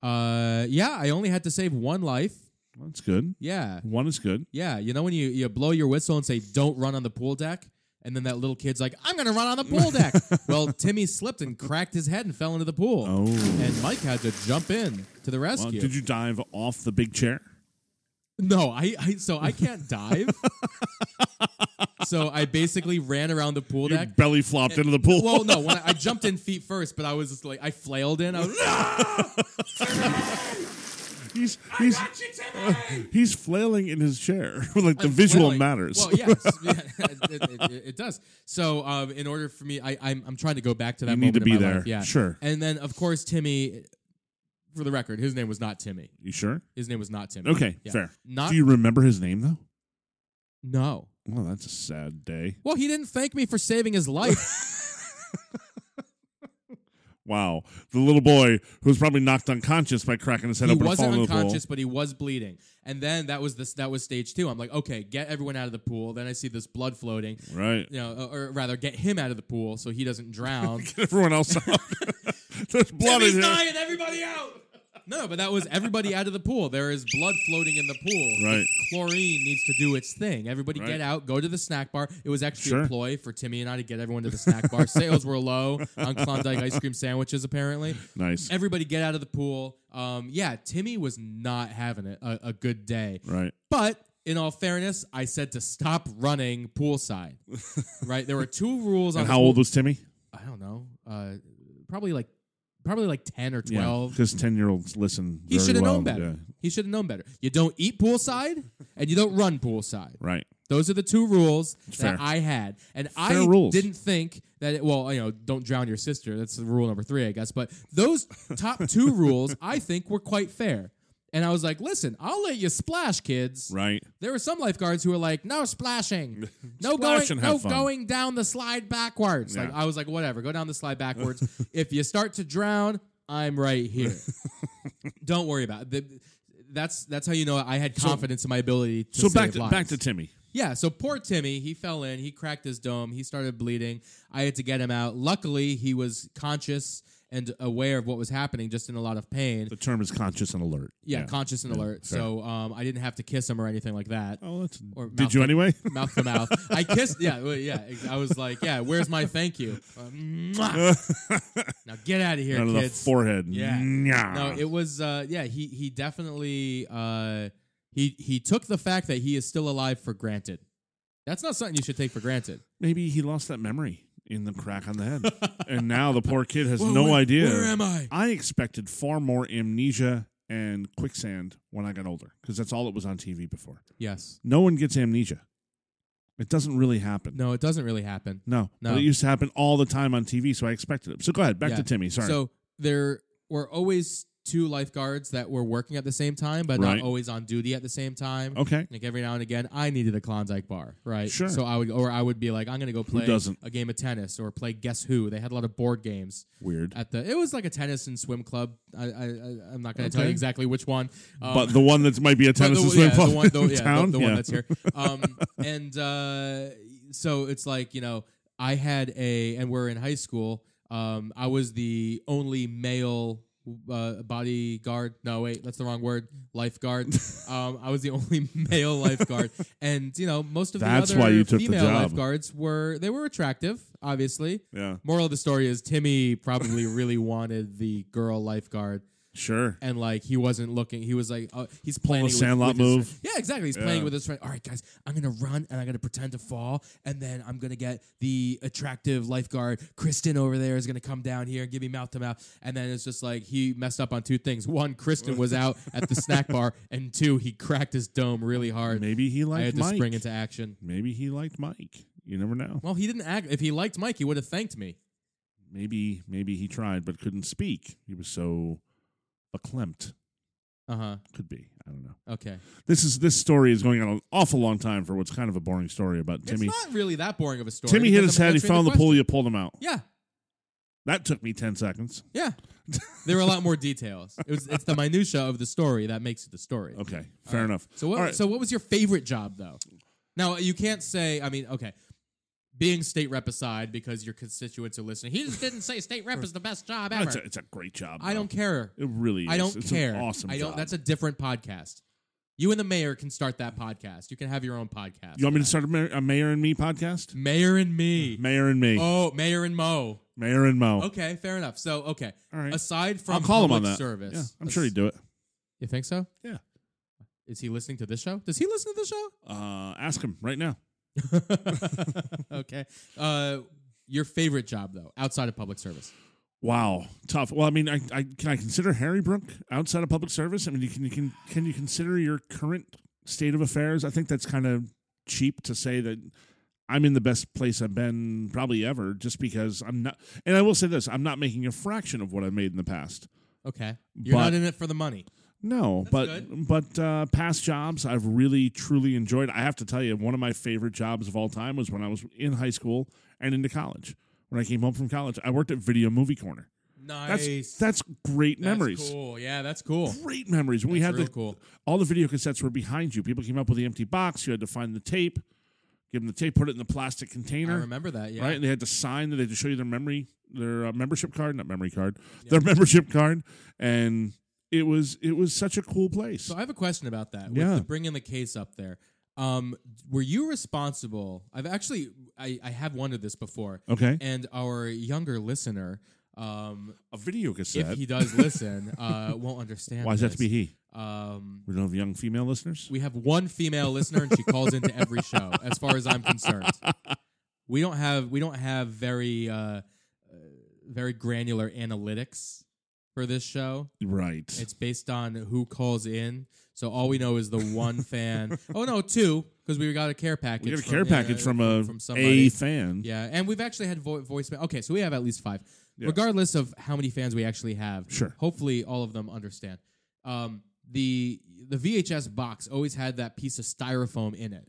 Uh, yeah, I only had to save one life.
Well, that's good.
Yeah.
One is good.
Yeah. You know when you, you blow your whistle and say, don't run on the pool deck? And then that little kid's like, I'm going to run on the pool
[LAUGHS]
deck. well, Timmy slipped and cracked his head and fell into the pool.
Oh.
And Mike had to jump in to the rescue.
Well, did you dive off the big chair?
[LAUGHS] No, I, I so I can't dive. [LAUGHS] so I basically ran around the pool
You
deck.
belly flopped into the pool.
Well, no, when I, I jumped in feet first, but I was just like I flailed in. I was, [LAUGHS]
[LAUGHS] he's he's uh, he's flailing in his chair. [LAUGHS] like the
I'm
visual
Uh, flailing.
matters.
Well, yes, yeah, [LAUGHS] it, it- it- it does. So, um, in order for me, I, I'm I'm trying to go back to that.
[LAUGHS] You need
moment
to
in
be
my
there.
life, Yeah,
Sure.
And then, of course, Timmy. For the record, his name was not Timmy.
You sure?
His name was not Timmy.
Okay,
Yeah.
fair.
Not
Do you remember his name though?
no.
Well, that's a sad day.
Well, he didn't thank me for saving his life.
Wow. The little boy who was probably knocked unconscious by cracking his head
he
up and a fall
wasn't
into the pool.
unconscious, but he was bleeding. And then that was this. That was stage two. I'm like, okay, get everyone out of the pool. Then I see this blood floating.
Right. [LAUGHS]
You know, or or rather, get him out of the pool so he doesn't drown.
Everyone else out. [LAUGHS] There's blood
Timmy's
in here.
dying. Everybody out. No, but that was everybody out of the pool. There is blood floating in the pool.
Right.
Chlorine needs to do its thing. Everybody
Right.
get out, go to the snack bar. It was actually
Sure.
a ploy for Timmy and I to get everyone to the snack
[LAUGHS]
bar. Sales were low on Klondike ice cream sandwiches, apparently.
Nice.
Everybody get out of the pool. Um, yeah, Timmy was not having it, a, a good day.
Right.
But in all fairness, I said to stop running
[LAUGHS]
poolside. right? There were two rules on
And
the
how
pool-
old was Timmy?
I don't know, uh, probably like probably like ten or
Yeah.
twelve.
[LAUGHS] Because 10 year olds listen.
he
very
should have
well.
known better.
Yeah.
He should have known better. You don't eat poolside and you don't run poolside.
Right.
Those are the two rules
Fair.
that I had, and
Fair
I
rules.
didn't think that. It, well, you know, don't drown your sister. That's the rule number three, I guess. But
[LAUGHS]
those top two rules, I think, were quite fair. And I was like, "Listen, I'll let you splash, kids."
Right.
There were some lifeguards who were like, "No
[LAUGHS]
splashing, no
Splash
going,
and have
no
fun."
going down the slide backwards." Like
Yeah.
I was like, "Whatever, go down the slide backwards. [LAUGHS] if you start to drown, I'm right
[LAUGHS]
here. Don't worry about it." The- that's that's how you know I had confidence in my ability to
So
save
back to,
lives.
back to Timmy.
Yeah, so poor Timmy, he fell in, he cracked his dome, he started bleeding. I had to get him out. Luckily, he was conscious and aware of what was happening, just in a lot of pain.
The term is conscious and alert.
yeah, conscious and alert.
fair.
So um, I didn't have to kiss him or anything like that.
oh, that's.
Or
Did you
mouth-
anyway?
[LAUGHS] mouth to mouth. I kissed. Yeah, well, yeah. I was like, yeah. Where's my thank you? Uh,
[LAUGHS]
mwah. now get out of here,
Out of the
kids.
forehead.
Yeah.
Nyah.
no, it was. Uh, yeah, he he definitely uh, he he took the fact that he is still alive for granted. That's not something you should take for granted.
Maybe he lost that memory in the crack on
[LAUGHS]
the head. and now the poor kid has
Whoa,
no
where-
idea.
Where am I?
I expected far more amnesia and quicksand when I got older because that's all it was on TV before.
Yes.
No one gets amnesia. It doesn't really happen.
No, it doesn't really happen.
No.
No.
But it used to happen all the time on TV, so I expected it. So go ahead, back
Yeah.
to Timmy. Sorry.
So there were always two lifeguards that were working at the same time, but
Right.
not always on duty at the same time.
okay.
Like every now and again, I needed a Klondike bar, right?
Sure.
So I would, or I would be like, I'm gonna go play
doesn't?
a game of tennis or play Guess Who. They had a lot of board games
Weird.
at the. It was like a tennis and swim club. I, I, I I'm not gonna tell
Okay.
you exactly which one. Um,
but the one that might be a tennis
but
and
the,
swim
yeah,
club
the
[LAUGHS]
one, the,
in
yeah, the-
town?
the
Yeah.
one that's
[LAUGHS]
here. Um, and uh, so it's like you know, I had a, and we're in high school. Um, I was the only male uh, bodyguard. No, wait, that's the wrong word.
[LAUGHS]
Lifeguard. um, I was the only [LAUGHS] male lifeguard, and you know, most of
That's
the other
why you took the
female
job.
lifeguards were they were attractive, obviously.
Yeah.
Moral of the story is Timmy probably really wanted the girl lifeguard
Sure.
and like he wasn't looking. He was like, oh, he's planning with-
Sandlot
with his
move.
friend. yeah, exactly. He's
Yeah.
playing with his friend. All right, guys, I'm gonna run and I'm gonna pretend to fall, and then I'm gonna get the attractive lifeguard Kristen over there is gonna come down here and give me mouth to mouth. And then it's just like he messed up on two things: one, Kristen was
[LAUGHS]
out at the snack bar, and two, he cracked his dome really hard.
Maybe
I
he
had
liked
to
Mike.
spring into action.
Maybe he liked Mike. You never know.
Well, he didn't act. If he liked Mike, he would have thanked me.
Maybe maybe he tried but couldn't speak. He was so acclempt.
Uh huh.
Could be. I don't know.
Okay.
This is this story is going on an awful long time for what's kind of a boring story about Timmy.
it's not really that boring of a story.
Timmy hit
because
his
I'm
head. He
answering
fell in the
question.
pool. You pulled him out.
Yeah.
That took me ten seconds.
Yeah. [LAUGHS] There were a lot more details. It was, it's the minutia of the story that makes it the story.
Okay, fair
right.
enough.
So what?
All right.
So what was your favorite job though? Now you can't say. I mean, okay, being state rep aside because your constituents are listening. He just didn't say state rep is the best job ever.
it's, a, it's a great job.
I don't
though.
care.
It really. Is.
I don't
It's
care.
An awesome.
I don't.
job.
That's a different podcast. You and the mayor can start that podcast. You can have your own podcast.
You want me to start a Mayor, a Mayor and Me podcast?
Mayor and me.
Mayor and Me.
Oh, Mayor and Mo.
Mayor and Mo.
Okay, fair enough. So, okay.
All right.
Aside from
I'll call him on
public
that.
service,
Yeah, I'm sure he'd do it.
You think so?
Yeah.
Is he listening to this show? Does he listen to this
Uh, ask him right now. [LAUGHS]
show? okay. Uh, your favorite job though, outside of public service.
Wow, tough. Well, I mean, I, I can I consider Harry Brook outside of public service. I mean, you can you can can you consider your current state of affairs? I think that's kind of cheap to say that I'm in the best place I've been probably ever, just because I'm not. And I will say this: I'm not making a fraction of what I've made in the past.
Okay. You're
But-
not in it for the money.
No,
That's
but but uh, past jobs I've really truly enjoyed. I have to tell you, one of my favorite jobs of all time was when I was in high school and into college. When I came home from college, I worked at Video Movie Corner. That's
Nice.
that's great
That's
memories.
Cool. Yeah, that's cool.
Great memories. When we
That's
had
real
the,
cool.
all the video cassettes were behind you. People came up with the empty box. You had to find the tape, give them the tape, put it in the plastic
I
container,
remember that. Yeah.
right? And they had to sign that they had to show you their memory, their uh, membership card, not memory card, their [LAUGHS] membership card, and it was it was such a cool place.
So I have a question about that. With
Yeah.
the bringing the case up there, um, were you responsible? I've actually I, I have wondered this before,
okay,
and our younger listener, um,
a video cassette.
if he does listen, uh, won't understand.
Why does that to
this.
be he?
Um,
We don't have young female listeners.
we have one female listener, and she calls into every show. As far as I'm concerned, we don't have we don't have very uh, uh, very granular analytics for this show.
right.
It's based on who calls in. So all we know is the one fan. Oh no, two because we got a care package.
we got a
from-
care package
yeah,
from a
somebody.
a fan.
yeah, and we've actually had vo- voicemail. Okay, so we have at least five,
Yeah.
regardless of how many fans we actually have.
Sure.
Hopefully, all of them understand. Um, the the VHS box always had that piece of styrofoam in it.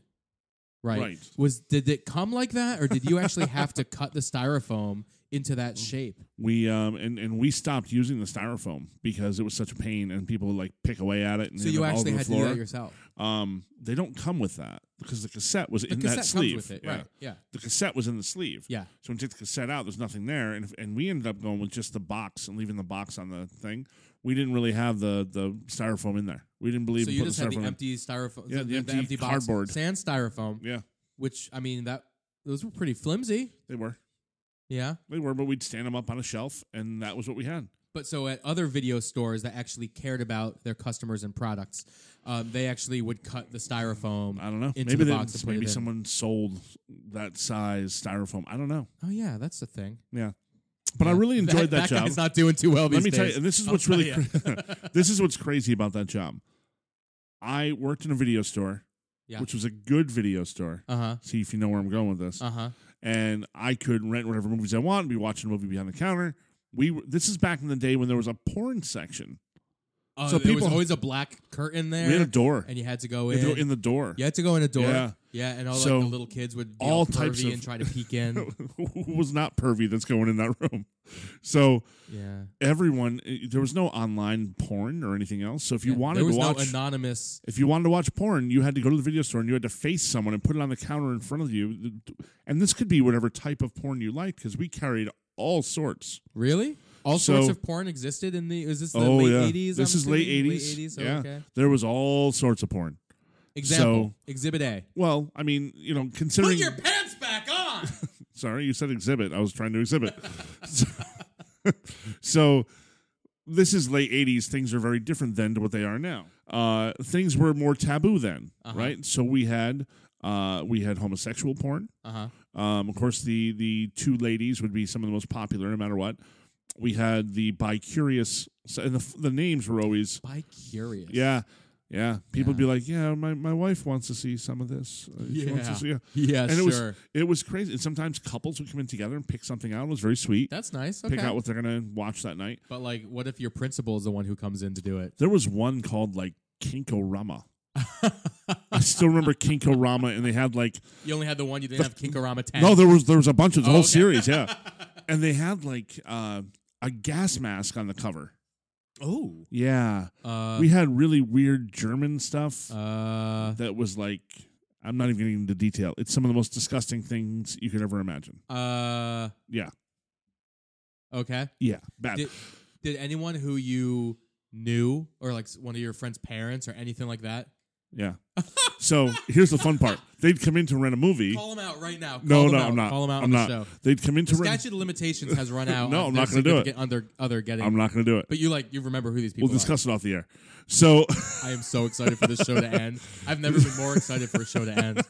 Right.
Right.
Was did it come like that, or did you actually have to cut the styrofoam into that
Mm.
shape?
We um and, and we stopped using the styrofoam because it was such a pain, and people would like pick away at it. And
So
end
you
up all over
actually
the
had to
floor.
do that yourself.
Um, they don't come with that because the cassette was
The
in
cassette
that sleeve.
comes with it,
Yeah.
right? Yeah.
The cassette was in the sleeve.
Yeah.
So when you take the cassette out, there's nothing there, and and we ended up going with just the box and leaving the box on the thing. We didn't really have the the styrofoam in there. We didn't believe.
So
in
you
putting
just had
styrofoam
the
in.
empty styrofoam,
Yeah, the empty
box,
cardboard.
sand styrofoam,
Yeah,
which I mean that those were pretty flimsy.
they were.
Yeah,
They were, but we'd stand them up on a shelf, and that was what we had.
but so at other video stores that actually cared about their customers and products, um, they actually would cut the styrofoam.
I don't know.
Into
maybe
the
they-
box and put
maybe
it in.
someone sold that size styrofoam. I don't know.
Oh yeah, that's the thing.
Yeah, but I really enjoyed
[LAUGHS]
that,
that,
job.
guy's not doing too well these
Let me
days. Oh,
tell you, and this is
I'll [LAUGHS]
what's
tell
really
ya.
cra- [LAUGHS] this is what's crazy about that job. I worked in a video store,
Yeah.
which was a good video store.
uh huh.
See if you know where I'm going with this.
Uh huh.
and I could rent whatever movies I want and be watching a movie behind the counter. We were- this is back in the day when there was a porn section.
Uh,
So
there was
people-
always a black curtain there,
We had a door
and you had to go
You
in.
had to go in the door.
you had to go in a door.
Yeah.
and all
So,
like, the little kids would yell
all
pervy
types of-
and try to peek
[LAUGHS]
in.
Who was not pervy that's going in that room? So
yeah.
everyone, eh, there was no online porn or anything else. So if you
Yeah,
wanted
there was
to
no
watch,
anonymous
if you wanted to watch porn, you had to go to the video store and you had to face someone and put it on the counter in front of you. And this could be whatever type of porn you liked because we carried all sorts.
really all
So-
sorts of porn existed in the is this the
oh
late
yeah,
80s
this
I'm
is late
assuming?
eighties.
oh,
yeah,
okay
there was all sorts of porn.
example exhibit a
Well, I mean, you know, considering.
pants back on
sorry, you said exhibit. I was trying to exhibit. [LAUGHS] so, so this is late '80s. Things are very different then to what they are now. Uh, things were more taboo then,
Uh-huh.
right? So we had uh, we had homosexual porn.
[LAUGHS] uh-huh
Um, of course, the the two ladies would be some of the most popular, no matter what. We had the bicurious, so- and the, the names were always
by curious
yeah. Yeah, people would
Yeah.
be like, "Yeah, my, my wife wants to see some of this. Uh, She wants
Yeah.
to see, yeah.
yeah
and it was-
sure
It was crazy. And sometimes couples would come in together and pick something out. It was very sweet.
that's nice okay
pick out what they're going to watch that night.
but like what if your principal is the one who comes in to do it
There was one called like
[LAUGHS]
Kinkorama. I still remember Kinkorama, and they had like
you only had the one you didn't have kinkorama 10
no, there was there was a bunch of the
Oh,
whole
okay.
series,
[LAUGHS]
yeah. And they had like uh, a gas mask on the cover.
oh
Yeah,
uh,
we had really weird German stuff
uh
that was like I'm not even getting into detail. It's some of the most disgusting things you could ever imagine.
uh
Yeah,
okay
yeah, bad.
Did- did anyone who you knew or like s- one of your friends parents or anything like that
Yeah. so here's the fun part: they'd come in to rent a movie.
Call him out right now. Call
No,
him
no,
out.
I'm not.
Call him out
I'm
on
not.
the show.
They'd come in to
The
rent.
statute of limitations has
[LAUGHS]
run out.
No,
on
I'm not
their
gonna do it.
significant Under, other getting.
I'm not going to do it.
but you like you remember who these people
We'll discuss it off the air. So, [LAUGHS]
are. I am so excited for this show to end. I've never been more excited for a show to
[LAUGHS]
end.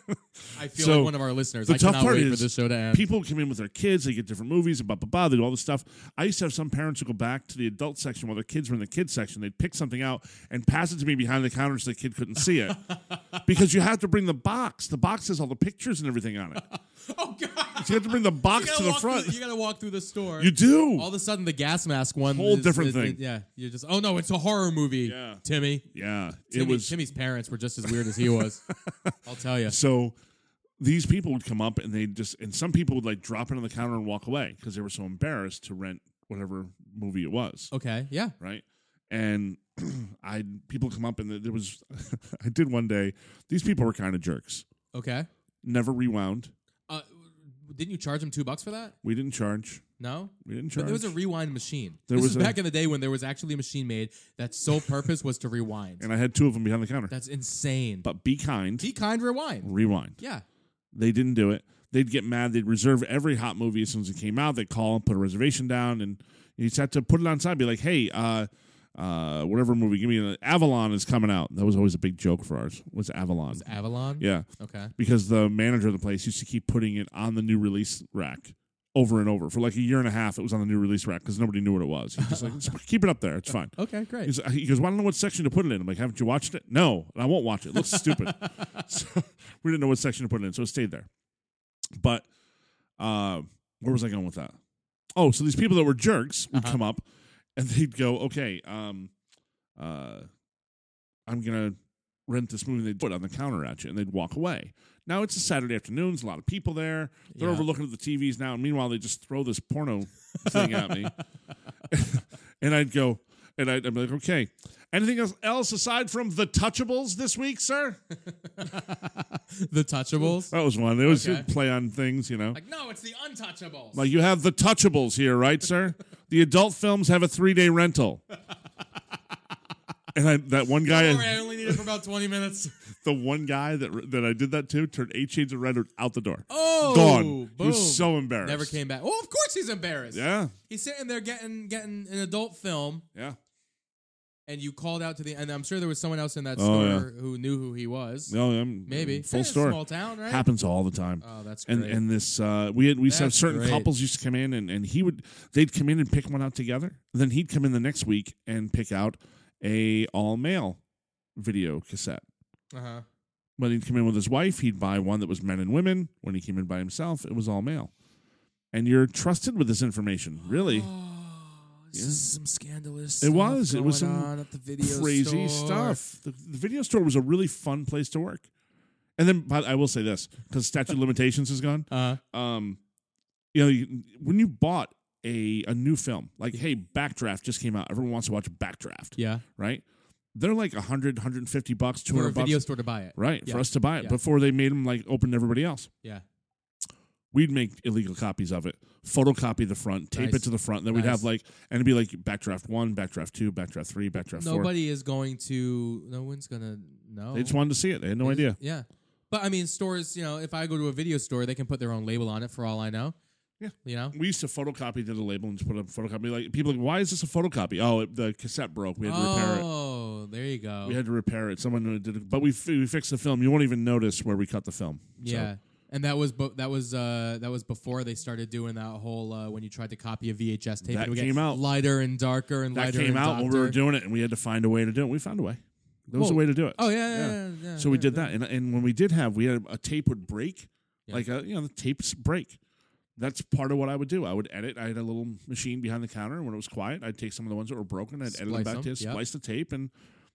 I feel
So,
like one of our listeners.
the
I
tough
cannot
part
wait for
is
this show to end.
people come in with their kids. They get different movies and blah blah blah. They do all this stuff. I used to have some parents who go back to the adult section while their kids were in the kids section. They'd pick something out and pass it to me behind the counter so the kid couldn't see
[LAUGHS]
it because you have to bring the box. The box has all the pictures and everything on it.
[LAUGHS] oh God!
So you have to bring the
You
box
gotta
to the
walk
front.
through- you got to walk through the store.
you do.
All of a sudden, the gas mask one
Whole
is-
different
is-
thing.
is- yeah, you're just oh no, it's a horror movie.
Yeah.
Timmy.
yeah,
Timmy,
it was
Timmy's parents were just as weird as he
[LAUGHS]
was. I'll tell you.
so. These people would come up and they just and some people would like drop it on the counter and walk away because they were so embarrassed to rent whatever movie it was.
Okay. Yeah.
right? And [CLEARS THROAT] I people come up and there was [LAUGHS] I did one day. These people were kind of jerks.
Okay.
Never rewound.
Uh, didn't you charge him two bucks for that?
We didn't charge.
No.
We didn't
But
charge.
there was a rewind machine.
There
this
was
is
a-
back in the day when there was actually a machine made that's sole purpose was to rewind.
and I had two of them behind the counter.
that's insane.
But be kind.
Be kind, rewind.
Rewind.
Yeah.
They didn't do it. They'd get mad. They'd reserve every hot movie as soon as it came out. They'd call and put a reservation down, and you just had to put it on side. Be like, hey, uh, uh, whatever movie, give me an Avalon is coming out. That was always a big joke for ours. Was Avalon?
It's Avalon.
yeah.
Okay.
because the manager of the place used to keep putting it on the new release rack over and over for like a year and a half. It was on the new release rack because nobody knew what it was. He's just like, "Just keep it up there. It's fine.
Okay. Great.
He's, he goes, well, I don't know what section to put it in. I'm like, haven't you watched it? No, and I won't watch it. It looks stupid. So we didn't know what section to put it in, so it stayed there. But uh, where was I going with that? Oh, so these people that were jerks would
Uh-huh.
come up and they'd go, okay, um, uh, I'm going to rent this movie. And they'd put it on the counter at you and they'd walk away. Now it's a Saturday afternoon. There's a lot of people there. They're
Yeah.
overlooking at the TVs now. And meanwhile, they just throw this porno thing
[LAUGHS]
at me. and I'd go, and I'd, I'd be like, okay, anything else, else aside from the touchables this week, sir?
[LAUGHS] the touchables.
That was one. They always
Okay.
play on things, you know.
Like no, it's the untouchables.
Like you have the touchables here, right, sir? the adult films have a three day rental. And I, that one guy,
Sorry, I only need it for about twenty
[LAUGHS]
minutes.
the one guy that that I did that to, turned eight shades of red out the door.
Oh,
gone. He
Boom.
was so embarrassed.
Never came back. Well, of course he's embarrassed.
Yeah,
He's sitting there getting getting an adult film,
yeah,
and you called out to the. And I'm sure there was someone else in that
Oh,
store who knew who he was.
no, I'm
Maybe
full
Eh,
story
Small town, right?
happens all the time.
Oh, that's great.
and and this uh, we had we used to have
That's
certain
great.
couples used to come in and, and he would they'd come in and pick one out together. Then he'd come in the next week and pick out a all male video cassette.
uh-huh.
When he'd come in with his wife, he'd buy one that was men and women. When he came in by himself, it was all male. And you're trusted with this information, really.
Oh, this is some scandalous.
It was. It was
going
some
on at the [GASPS] video
crazy
store.
stuff. The, the video store was a really fun place to work. And then, but I will say this because statute of limitations is gone.
Uh,
um, you know, you, when you bought a a new film, like hey, Backdraft just came out. Everyone wants to watch Backdraft,
yeah.
right? They're like 100, 150 bucks, two
For a
hundred bucks,
video store to buy it.
right?
Yeah.
For us to buy it
Yeah.
before they made them like open to everybody else.
Yeah.
We'd make illegal copies of it, photocopy the front, tape
Nice.
it to the front. Then we'd
Nice.
have like, and it'd be like Backdraft one, Backdraft two, Backdraft three, Backdraft four.
Nobody is going to. No one's gonna know.
They just wanted to see it. They had no
They just-
idea.
Yeah. But I mean, stores. You know, if I go to a video store, they can put their own label on it. For all I know.
Yeah.
You know.
We used to photocopy to the label and just put a photocopy. Like people, are like, why is this a photocopy? Oh, it, the cassette broke. We had to repair it.
oh, there you go.
We had to repair it. Someone did it, but we fi- we fixed the film. You won't even notice where we cut the film. So,
yeah. And that was bu- that was uh, that was before they started doing that whole uh, when you tried to copy a VHS tape.
That
it would get
came out.
lighter and darker and
that
lighter.
came
and
out when we were
doctor.
doing it, and we had to find a way to do it. We found a way. There was
Well,
a way to do it.
Oh yeah, yeah, yeah. yeah,
So we
yeah,
did
yeah.
that, and and when we did have, we had a tape would break,
Yeah.
like a, you know the tapes break. That's part of what I would do. I would edit. I had a little machine behind the counter, and when it was quiet, I'd take some of the ones that were broken, I'd edit
Splice
them back
them,
to
yep.
splice the tape, and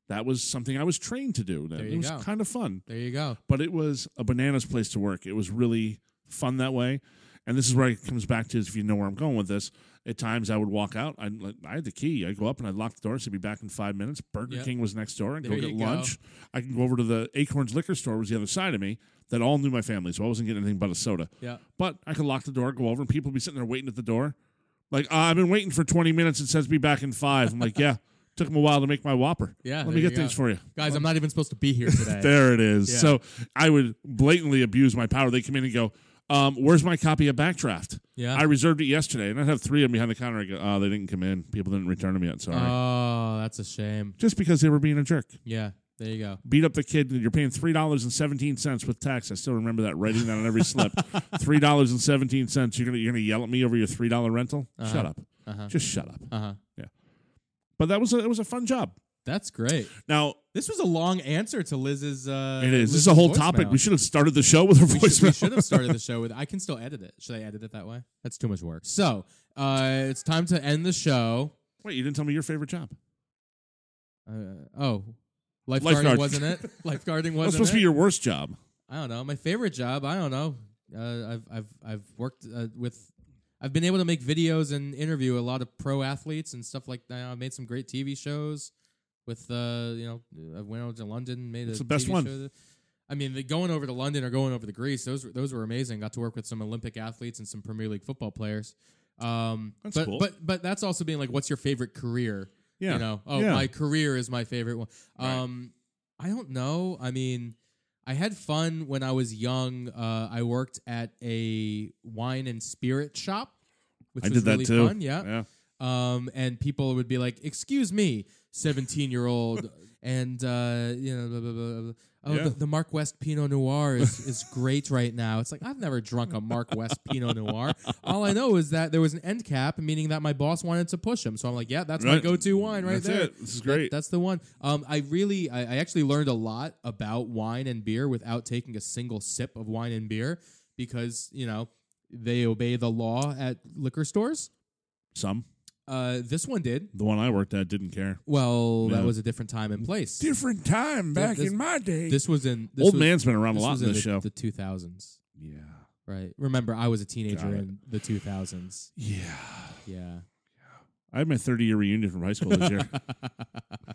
that was something I was trained to do. Then.
There
it
you
was
go.
kind of fun.
There you go.
but it was a bananas place to work. It was really fun that way. And this is where it comes back to is if you know where I'm going with this. At times I would walk out. I, I had the key. I go up and I lock the door. So I'd be back in five minutes. Burger
Yep.
King was next door. and go
There
get
you go.
lunch. I can go over to the Acorns Liquor Store. Was the other side of me that all knew my family, so I wasn't getting anything but a soda.
Yeah.
But I could lock the door, go over, and people would be sitting there waiting at the door. Like, "Uh, I've been waiting for 20 minutes. It says be back in five. I'm like, yeah, [LAUGHS] Took him a while to make my Whopper.
Yeah,
Let
there
me
you
get things
go.
for you.
Guys, I'm not even supposed to be
[LAUGHS]
here today.
There it is.
Yeah.
So I would blatantly abuse my power. They come in and go, um, "Where's my copy of Backdraft?
Yeah.
I reserved it yesterday, and I'd have three of them behind the counter. I go, oh, they didn't come in. People didn't return them yet. Sorry.
Oh, that's a shame.
Just because they were being a jerk,
Yeah, there you go.
beat up the kid. and You're paying three dollars and seventeen cents with tax. I still remember that writing that on
[LAUGHS]
every slip. three dollars and seventeen cents. You're gonna you're gonna yell at me over your three dollar rental?
Uh-huh.
Shut up.
Uh huh.
Just shut up.
Uh huh.
But that was a, it was a fun job.
That's great.
Now
This was a long answer to Liz's. Uh,
it is. This is a
Liz's
whole
voicemail.
topic. We should have started the show with a
We should, we
voicemail.
should have
[LAUGHS]
started the show with. I can still edit it. Should I edit it that way? That's too much work. So uh, it's time to end the show.
Wait, you didn't tell me your favorite job.
Uh, oh, lifeguarding
Lifeguard.
wasn't
[LAUGHS]
it? Lifeguarding wasn't
That's supposed
it?
to be your worst job.
I don't know. My favorite job. I don't know. Uh, I've I've I've worked uh, with. I've been able to make videos and interview a lot of pro athletes and stuff like that. I made some great TV shows. With uh, you know, I went over to London, made
It's
a
the best
TV
one.
Show. that- I mean, the, going over to London or going over to Greece, those were, those were amazing. Got to work with some Olympic athletes and some Premier League football players. Um,
That's
but
cool.
but but that's also being like, what's your favorite career?
Yeah.
You know, oh,
Yeah.
my career is my favorite one.
Right.
Um, I don't know. I mean, I had fun when I was young. Uh, I worked at a wine and spirit shop, which
I
was
did that
really
too.
fun. Yeah.
Yeah.
Um, and people would be like, "Excuse me, seventeen-year-old,"
[LAUGHS]
and uh, you know, blah, blah, blah, blah. oh,
Yeah.
the, the Mark West Pinot Noir is is great right now. It's like I've never drunk a Mark West Pinot Noir. All I know is that there was an end cap, meaning that my boss wanted to push him. So I'm like, "Yeah, that's my
Right.
go-to wine right
That's
there."
it. This is great.
That- that's the one. Um, I really, I, I actually learned a lot about wine and beer without taking a single sip of wine and beer because you know they obey the law at liquor stores.
Some.
Uh, this one did.
The one I worked at didn't care.
Well,
Yeah.
that was a different time and place.
Different time
back This- in
my day.
This was in this
Old
was,
man's been around
this
a lot
was
in this
the,
show.
The two thousands,
yeah.
right? Remember, I was a teenager
Got it.
in the two thousands.
Yeah.
Yeah,
I had my 30 year reunion from high school
[LAUGHS]
this year.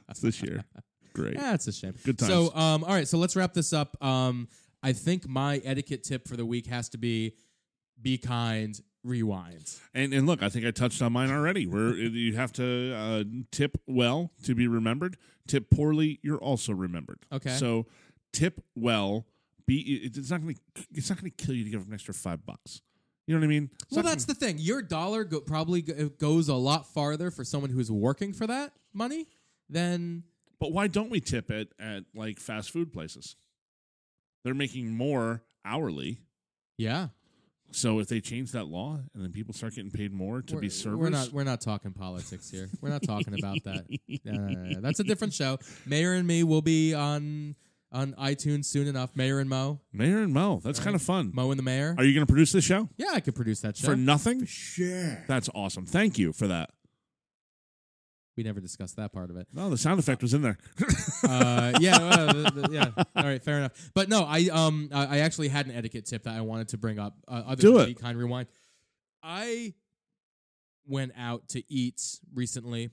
it's this year. Great.
that's a shame.
Good times.
So, um, all right, so let's wrap this up. Um, I think my etiquette tip for the week has to be: be kind, rewind.
And, and look, I think I touched on mine already. Where you have to uh, tip well to be remembered. Tip poorly, you're also remembered.
Okay.
So tip well. Be it- it's not going to it's not going to kill you to give them an extra five bucks. You know what I mean? It's
Well,
not
that's the thing. Your dollar go- probably go- goes a lot farther for someone who's working for that money than
But why don't we tip it at like fast food places? They're making more hourly.
yeah.
So if they change that law and then people start getting paid more to
we're,
be servers,
We're not we're not talking politics here. We're not talking about that. [LAUGHS] No, no, no, no. That's a different show. Mayor and me will be on on iTunes soon enough. Mayor and Mo,
Mayor and Mo, that's kind of fun.
Mo and the Mayor.
Are you going to produce this show
yeah, I could produce that show.
for nothing?
Sure.
That's awesome. Thank you for that.
we never discussed that part of it.
No, the sound effect was in there.
uh, yeah, uh, th- th- yeah. All right, fair enough. But no, I um, I I actually had an etiquette tip that I wanted to bring up. Uh, other
Do
than
it.
Be kind, rewind. I went out to eat recently,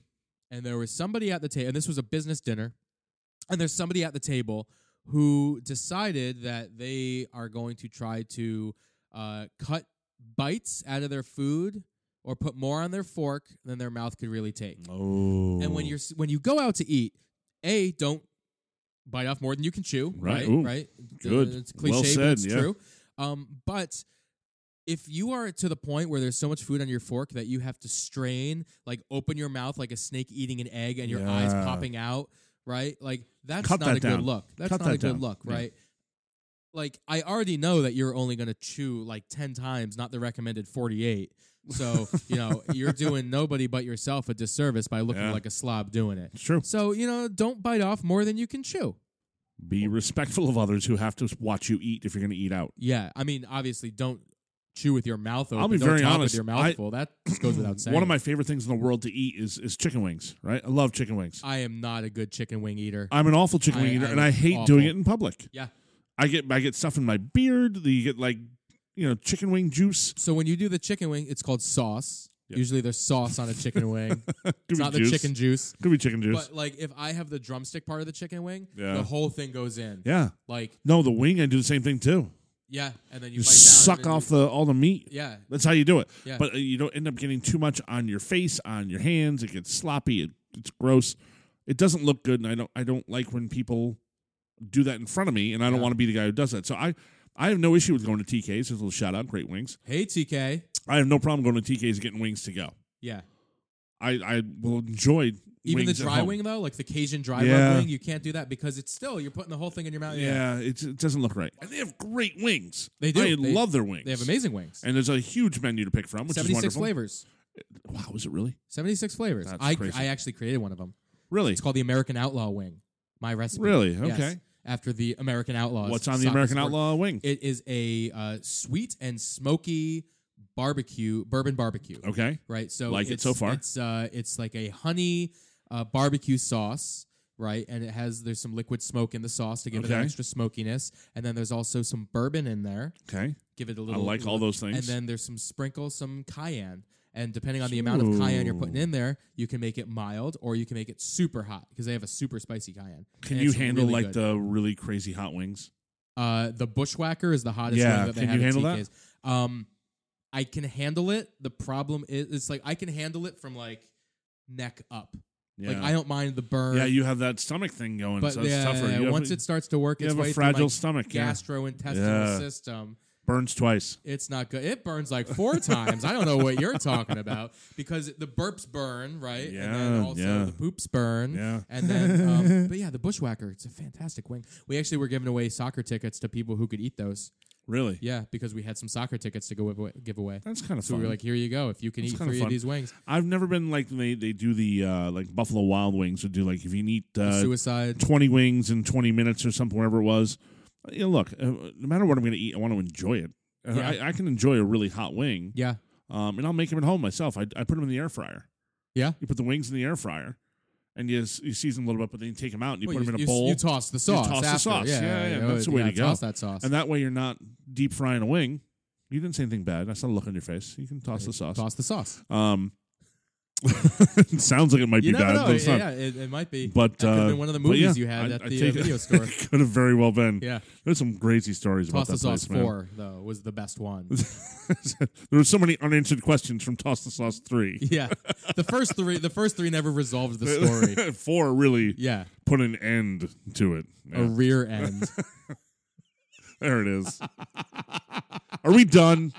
and there was somebody at the table, and this was a business dinner, and there's somebody at the table who decided that they are going to try to uh, cut bites out of their food or put more on their fork than their mouth could really take.
Oh.
And when you're s- when you go out to eat, a don't bite off more than you can chew.
Right.
Right.
Ooh.
Right.
Good.
It's cliche,
Well
but
said,
it's
yeah.
true. Um, but if you are to the point where there's so much food on your fork that you have to strain, like open your mouth like a snake eating an egg, and your eyes
Yeah.
popping out, right? Like that's
Cut
not
that
a
down.
good look. That's
Cut
not
that
a good
down.
look,
Yeah.
right? Like I already know that you're only going to chew like ten times, not the recommended forty-eight. So you know you're doing nobody but yourself a disservice by looking
Yeah.
like a slob doing it.
it's true.
So, you know, don't bite off more than you can chew.
Be respectful of others who have to watch you eat if you're going to eat out.
Yeah. I mean, obviously, don't chew with your mouth open.
I'll be
don't
very
talk
honest.
With your
I-
mouth full. That [CLEARS THROAT] just goes without saying.
[CLEARS THROAT] One of my favorite things in the world to eat is is chicken wings, right? I love chicken wings.
I am not a good chicken wing eater.
I'm an awful chicken
I-
wing eater
I
and I
was
hate
awful.
doing it in public.
yeah.
I get I get stuff in my beard. You get like you know chicken wing juice.
So when you do the chicken wing, it's called sauce.
Yeah.
Usually there's sauce on a
[LAUGHS]
chicken wing.
Could
it's not
be
the
juice.
chicken juice.
Could be chicken juice.
But like if I have the drumstick part of the chicken wing,
Yeah.
the whole thing goes in.
yeah.
Like
No, the wing. I do the same thing too.
yeah, and then you,
You
bite down
suck
and
off the all the meat.
Yeah.
That's how you do it.
Yeah.
But uh, you don't end up getting too much on your face, on your hands. It gets sloppy. It, it's gross. it doesn't look good and I don't I don't like when people do that in front of me and I don't
Yeah.
want to be the guy who does that. So I I have no issue with going to TK's. There's a little shout out, great wings.
Hey, TK.
I have no problem going to TK's and getting wings to go.
Yeah.
I, I will enjoy
Even
wings
the
at
dry
home.
wing though, like the Cajun dry rub
Yeah.
wing, you can't do that because it's still you're putting the whole thing in your mouth.
Yeah, it's, it doesn't look right. And they have great wings.
Uh, They do.
I
They-
love their wings.
They have amazing wings.
And there's a huge menu to pick from, which is
76
wonderful.
flavors.
Wow, is it really?
76 flavors.
That's
I
crazy.
I actually created one of them.
Really?
It's called the American Outlaw Wing. My recipe.
Really?
Yes.
Okay.
After the American Outlaws.
What's on the
Soccer
American
sport.
Outlaw wing?
It is a uh, sweet and smoky barbecue, bourbon barbecue.
okay.
Right. So
Like it
it's,
so far?
It's uh, it's like a honey uh, barbecue sauce. Right, and it has there's some liquid smoke in the sauce to give it
Okay.
an extra smokiness, and then there's also some bourbon in there,
Okay.
give it a
I
little.
like all those things.
And then there's some sprinkle, some cayenne. And depending on the amount of cayenne you're putting
Ooh.
in there, you can make it mild or you can make it super hot because they have a super spicy cayenne.
can
and
you
it's
handle
really
like
good.
the really crazy hot wings?
Uh, the bushwhacker is the hottest
Yeah,
one that they
can
have
you
at
handle
TK's. Um, I can handle it. The problem is, it's like I can handle it from like neck up.
Yeah.
Like I don't mind the burn.
yeah, you have that stomach thing going,
but
so it's
yeah,
tougher. You have
once
a-
it starts to work
you
its
have
way
a
through my
fragile stomach. yeah.
gastrointestinal
Yeah.
system,
Burns twice.
It's not good. It burns like four [LAUGHS] times. I don't know what you're talking about because the burps burn, right? and
Yeah,
then also
yeah.
the poops burn.
Yeah.
Mm-hmm. And then,
[LAUGHS]
um, but yeah, the bushwhacker. It's a fantastic wing. We actually were giving away soccer tickets to people who could eat those.
Really?
Yeah, because we had some soccer tickets to go give away. Give away.
That's kind of
So
fun.
we were like, here you go. If you can
That's
eat
kinda
three
fun.
of these wings,
I've never been like they, they do the uh, like Buffalo Wild Wings would do like if you eat
the
uh,
suicide.
20 wings in 20 minutes or something, whatever it was. You know, look, uh, no matter what I'm going to eat, I want to enjoy it. And
Yeah.
I, I can enjoy a really hot wing,
Yeah.
um, and I'll make them at home myself. I, I put them in the air fryer.
Yeah.
You put the wings in the air fryer, and you, s- you season them a little bit, but then you take them out and you
Well,
put them in a
you,
bowl.
You toss the sauce.
toss the
after.
sauce.
Yeah,
Yeah, yeah,
you know,
that's the way
yeah,
to go.
Toss that sauce.
and that way you're not deep frying a wing. You didn't say anything bad. I saw a look on your face. You can toss the sauce.
Toss the sauce.
Um, [LAUGHS] it sounds like it might
You
be
never
bad,
know.
but it's
yeah,
not.
it, it might be. That
But
could have
uh,
been one of the
but
movies
yeah,
you had
I-
at
I
the, uh,
take- [LAUGHS]
video store.
could have very well been.
Yeah.
There's some crazy stories
Toss the
about that
Sauce
place, man.
Four though was the best one.
[LAUGHS] there were so many unanswered questions from Toss the Sauce three. [LAUGHS]
yeah, the first three, the first three never resolved the story.
[LAUGHS] Four really
Yeah,
put an end to it.
a
Yeah,
rear end.
[LAUGHS] there
[LAUGHS]
it is. Are we done?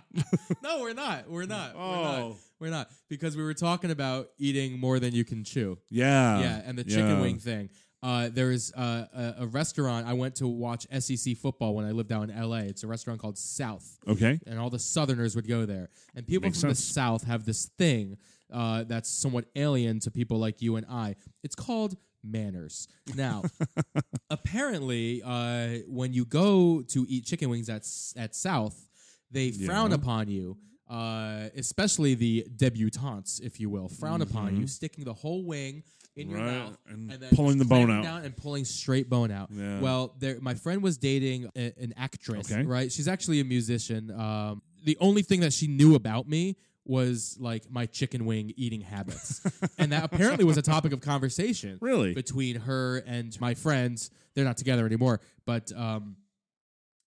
no, we're not. We're not. We're not.
Oh.
We're not because we were talking about eating more than you can chew.
Yeah.
yeah, and the chicken
yeah.
wing thing. Uh, there is uh, a, a restaurant I went to watch SEC football when I lived out in LA. It's a restaurant called South.
Okay.
and all the Southerners would go there. And people
Makes
from
sense.
the South have this thing uh, that's somewhat alien to people like you and I. It's called manners. Now,
[LAUGHS]
apparently, uh, when you go to eat chicken wings at s- at South, they
Yeah.
frown upon you. Uh, especially the debutantes, if you will, frown upon you, sticking the whole wing in your
Mm-hmm. Right,
mouth
and
then
pulling the bone
clamping
out.
down and pulling straight bone out.
Yeah.
Well, there, my friend was dating a, an actress,
Okay.
right? She's actually a musician. Um, the only thing that she knew about me was like my chicken wing eating habits, and that apparently was a topic of conversation
Really?
between her and my friends. They're not together anymore, but um,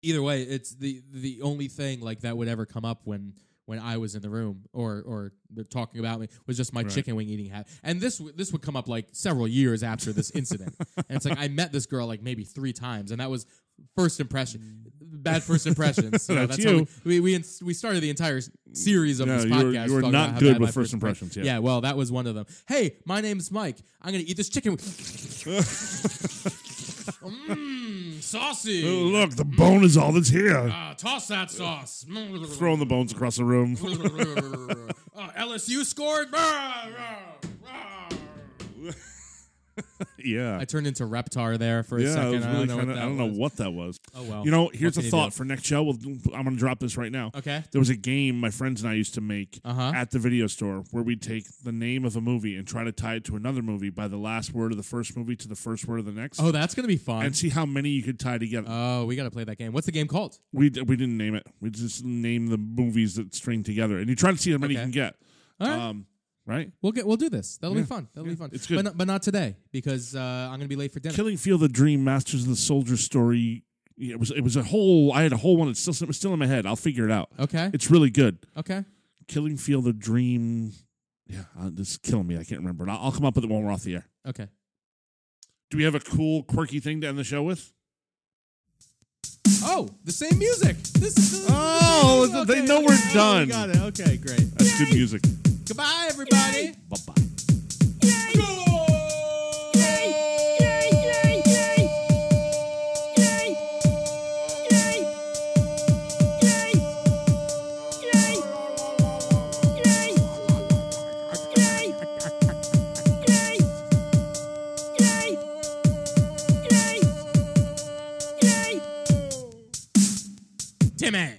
either way, it's the the only thing like that would ever come up when when I was in the room or or they're talking about me was just my
Right.
chicken wing eating habit. And this w- this would come up like several years after this
[LAUGHS]
incident. and it's like I met this girl like maybe three times, and that was first impression. Bad first
[LAUGHS]
impressions. You know,
Mm. That's
how
you.
we, we we ins- we started the entire s- series of
Yeah,
this
you were-
podcast.
you were
talking
not
about how
good
bad
with
my
first
impression-
impressions, yeah.
yeah, well, that was one of them. Hey, my name's Mike. I'm gonna eat this chicken. wing. Mmm, saucy.
Oh, Look, the bone is all that's here.
Ah, toss that sauce. Mm. [LAUGHS]
Throwing the bones across the room. [LAUGHS]
oh, LSU scored.
yeah.
I turned into Reptar there for a
yeah, it
second.
was
I
really
don't know
kinda-
what
I don't
that
know
was.
what that was.
Oh well.
You know, here's
What can
a
you
thought
do?
for next show. We'll, I'm going to drop this right now.
Okay.
There was a game my friends and I used to make
Uh-huh.
at the video store where we'd take the name of a movie and try to tie it to another movie by the last word of the first movie to the first word of the next,
Oh, that's gonna be fun.
and see how many you could tie together.
Oh, we gotta play that game. What's the game called?
we d- we didn't name it. We just named the movies that string together, and you try to see how many
Okay.
you can get.
All right.
Um, right?
We'll get. We'll do this. That'll
yeah,
be fun. That'll
yeah,
be fun.
it's good.
but not, but not today because uh, I'm gonna be late for dinner.
Killing Field of the Dream, Masters of the Soldier story. It was it was a whole. I had a whole one. It's still it was still in my head. I'll figure it out.
okay.
It's really good.
Okay.
Killing Field of Dream. Yeah, uh, this is killing me. I can't remember. it. I'll, I'll come up with it when we're off the air.
Okay.
Do we have a cool, quirky thing to end the show with?
Oh, the same music. This is. The,
Oh,
the same-
they know we're
okay,
done. Uh,
Got it. Okay, great.
That's good music.
Goodbye, everybody.
Bye bye.
Timmy.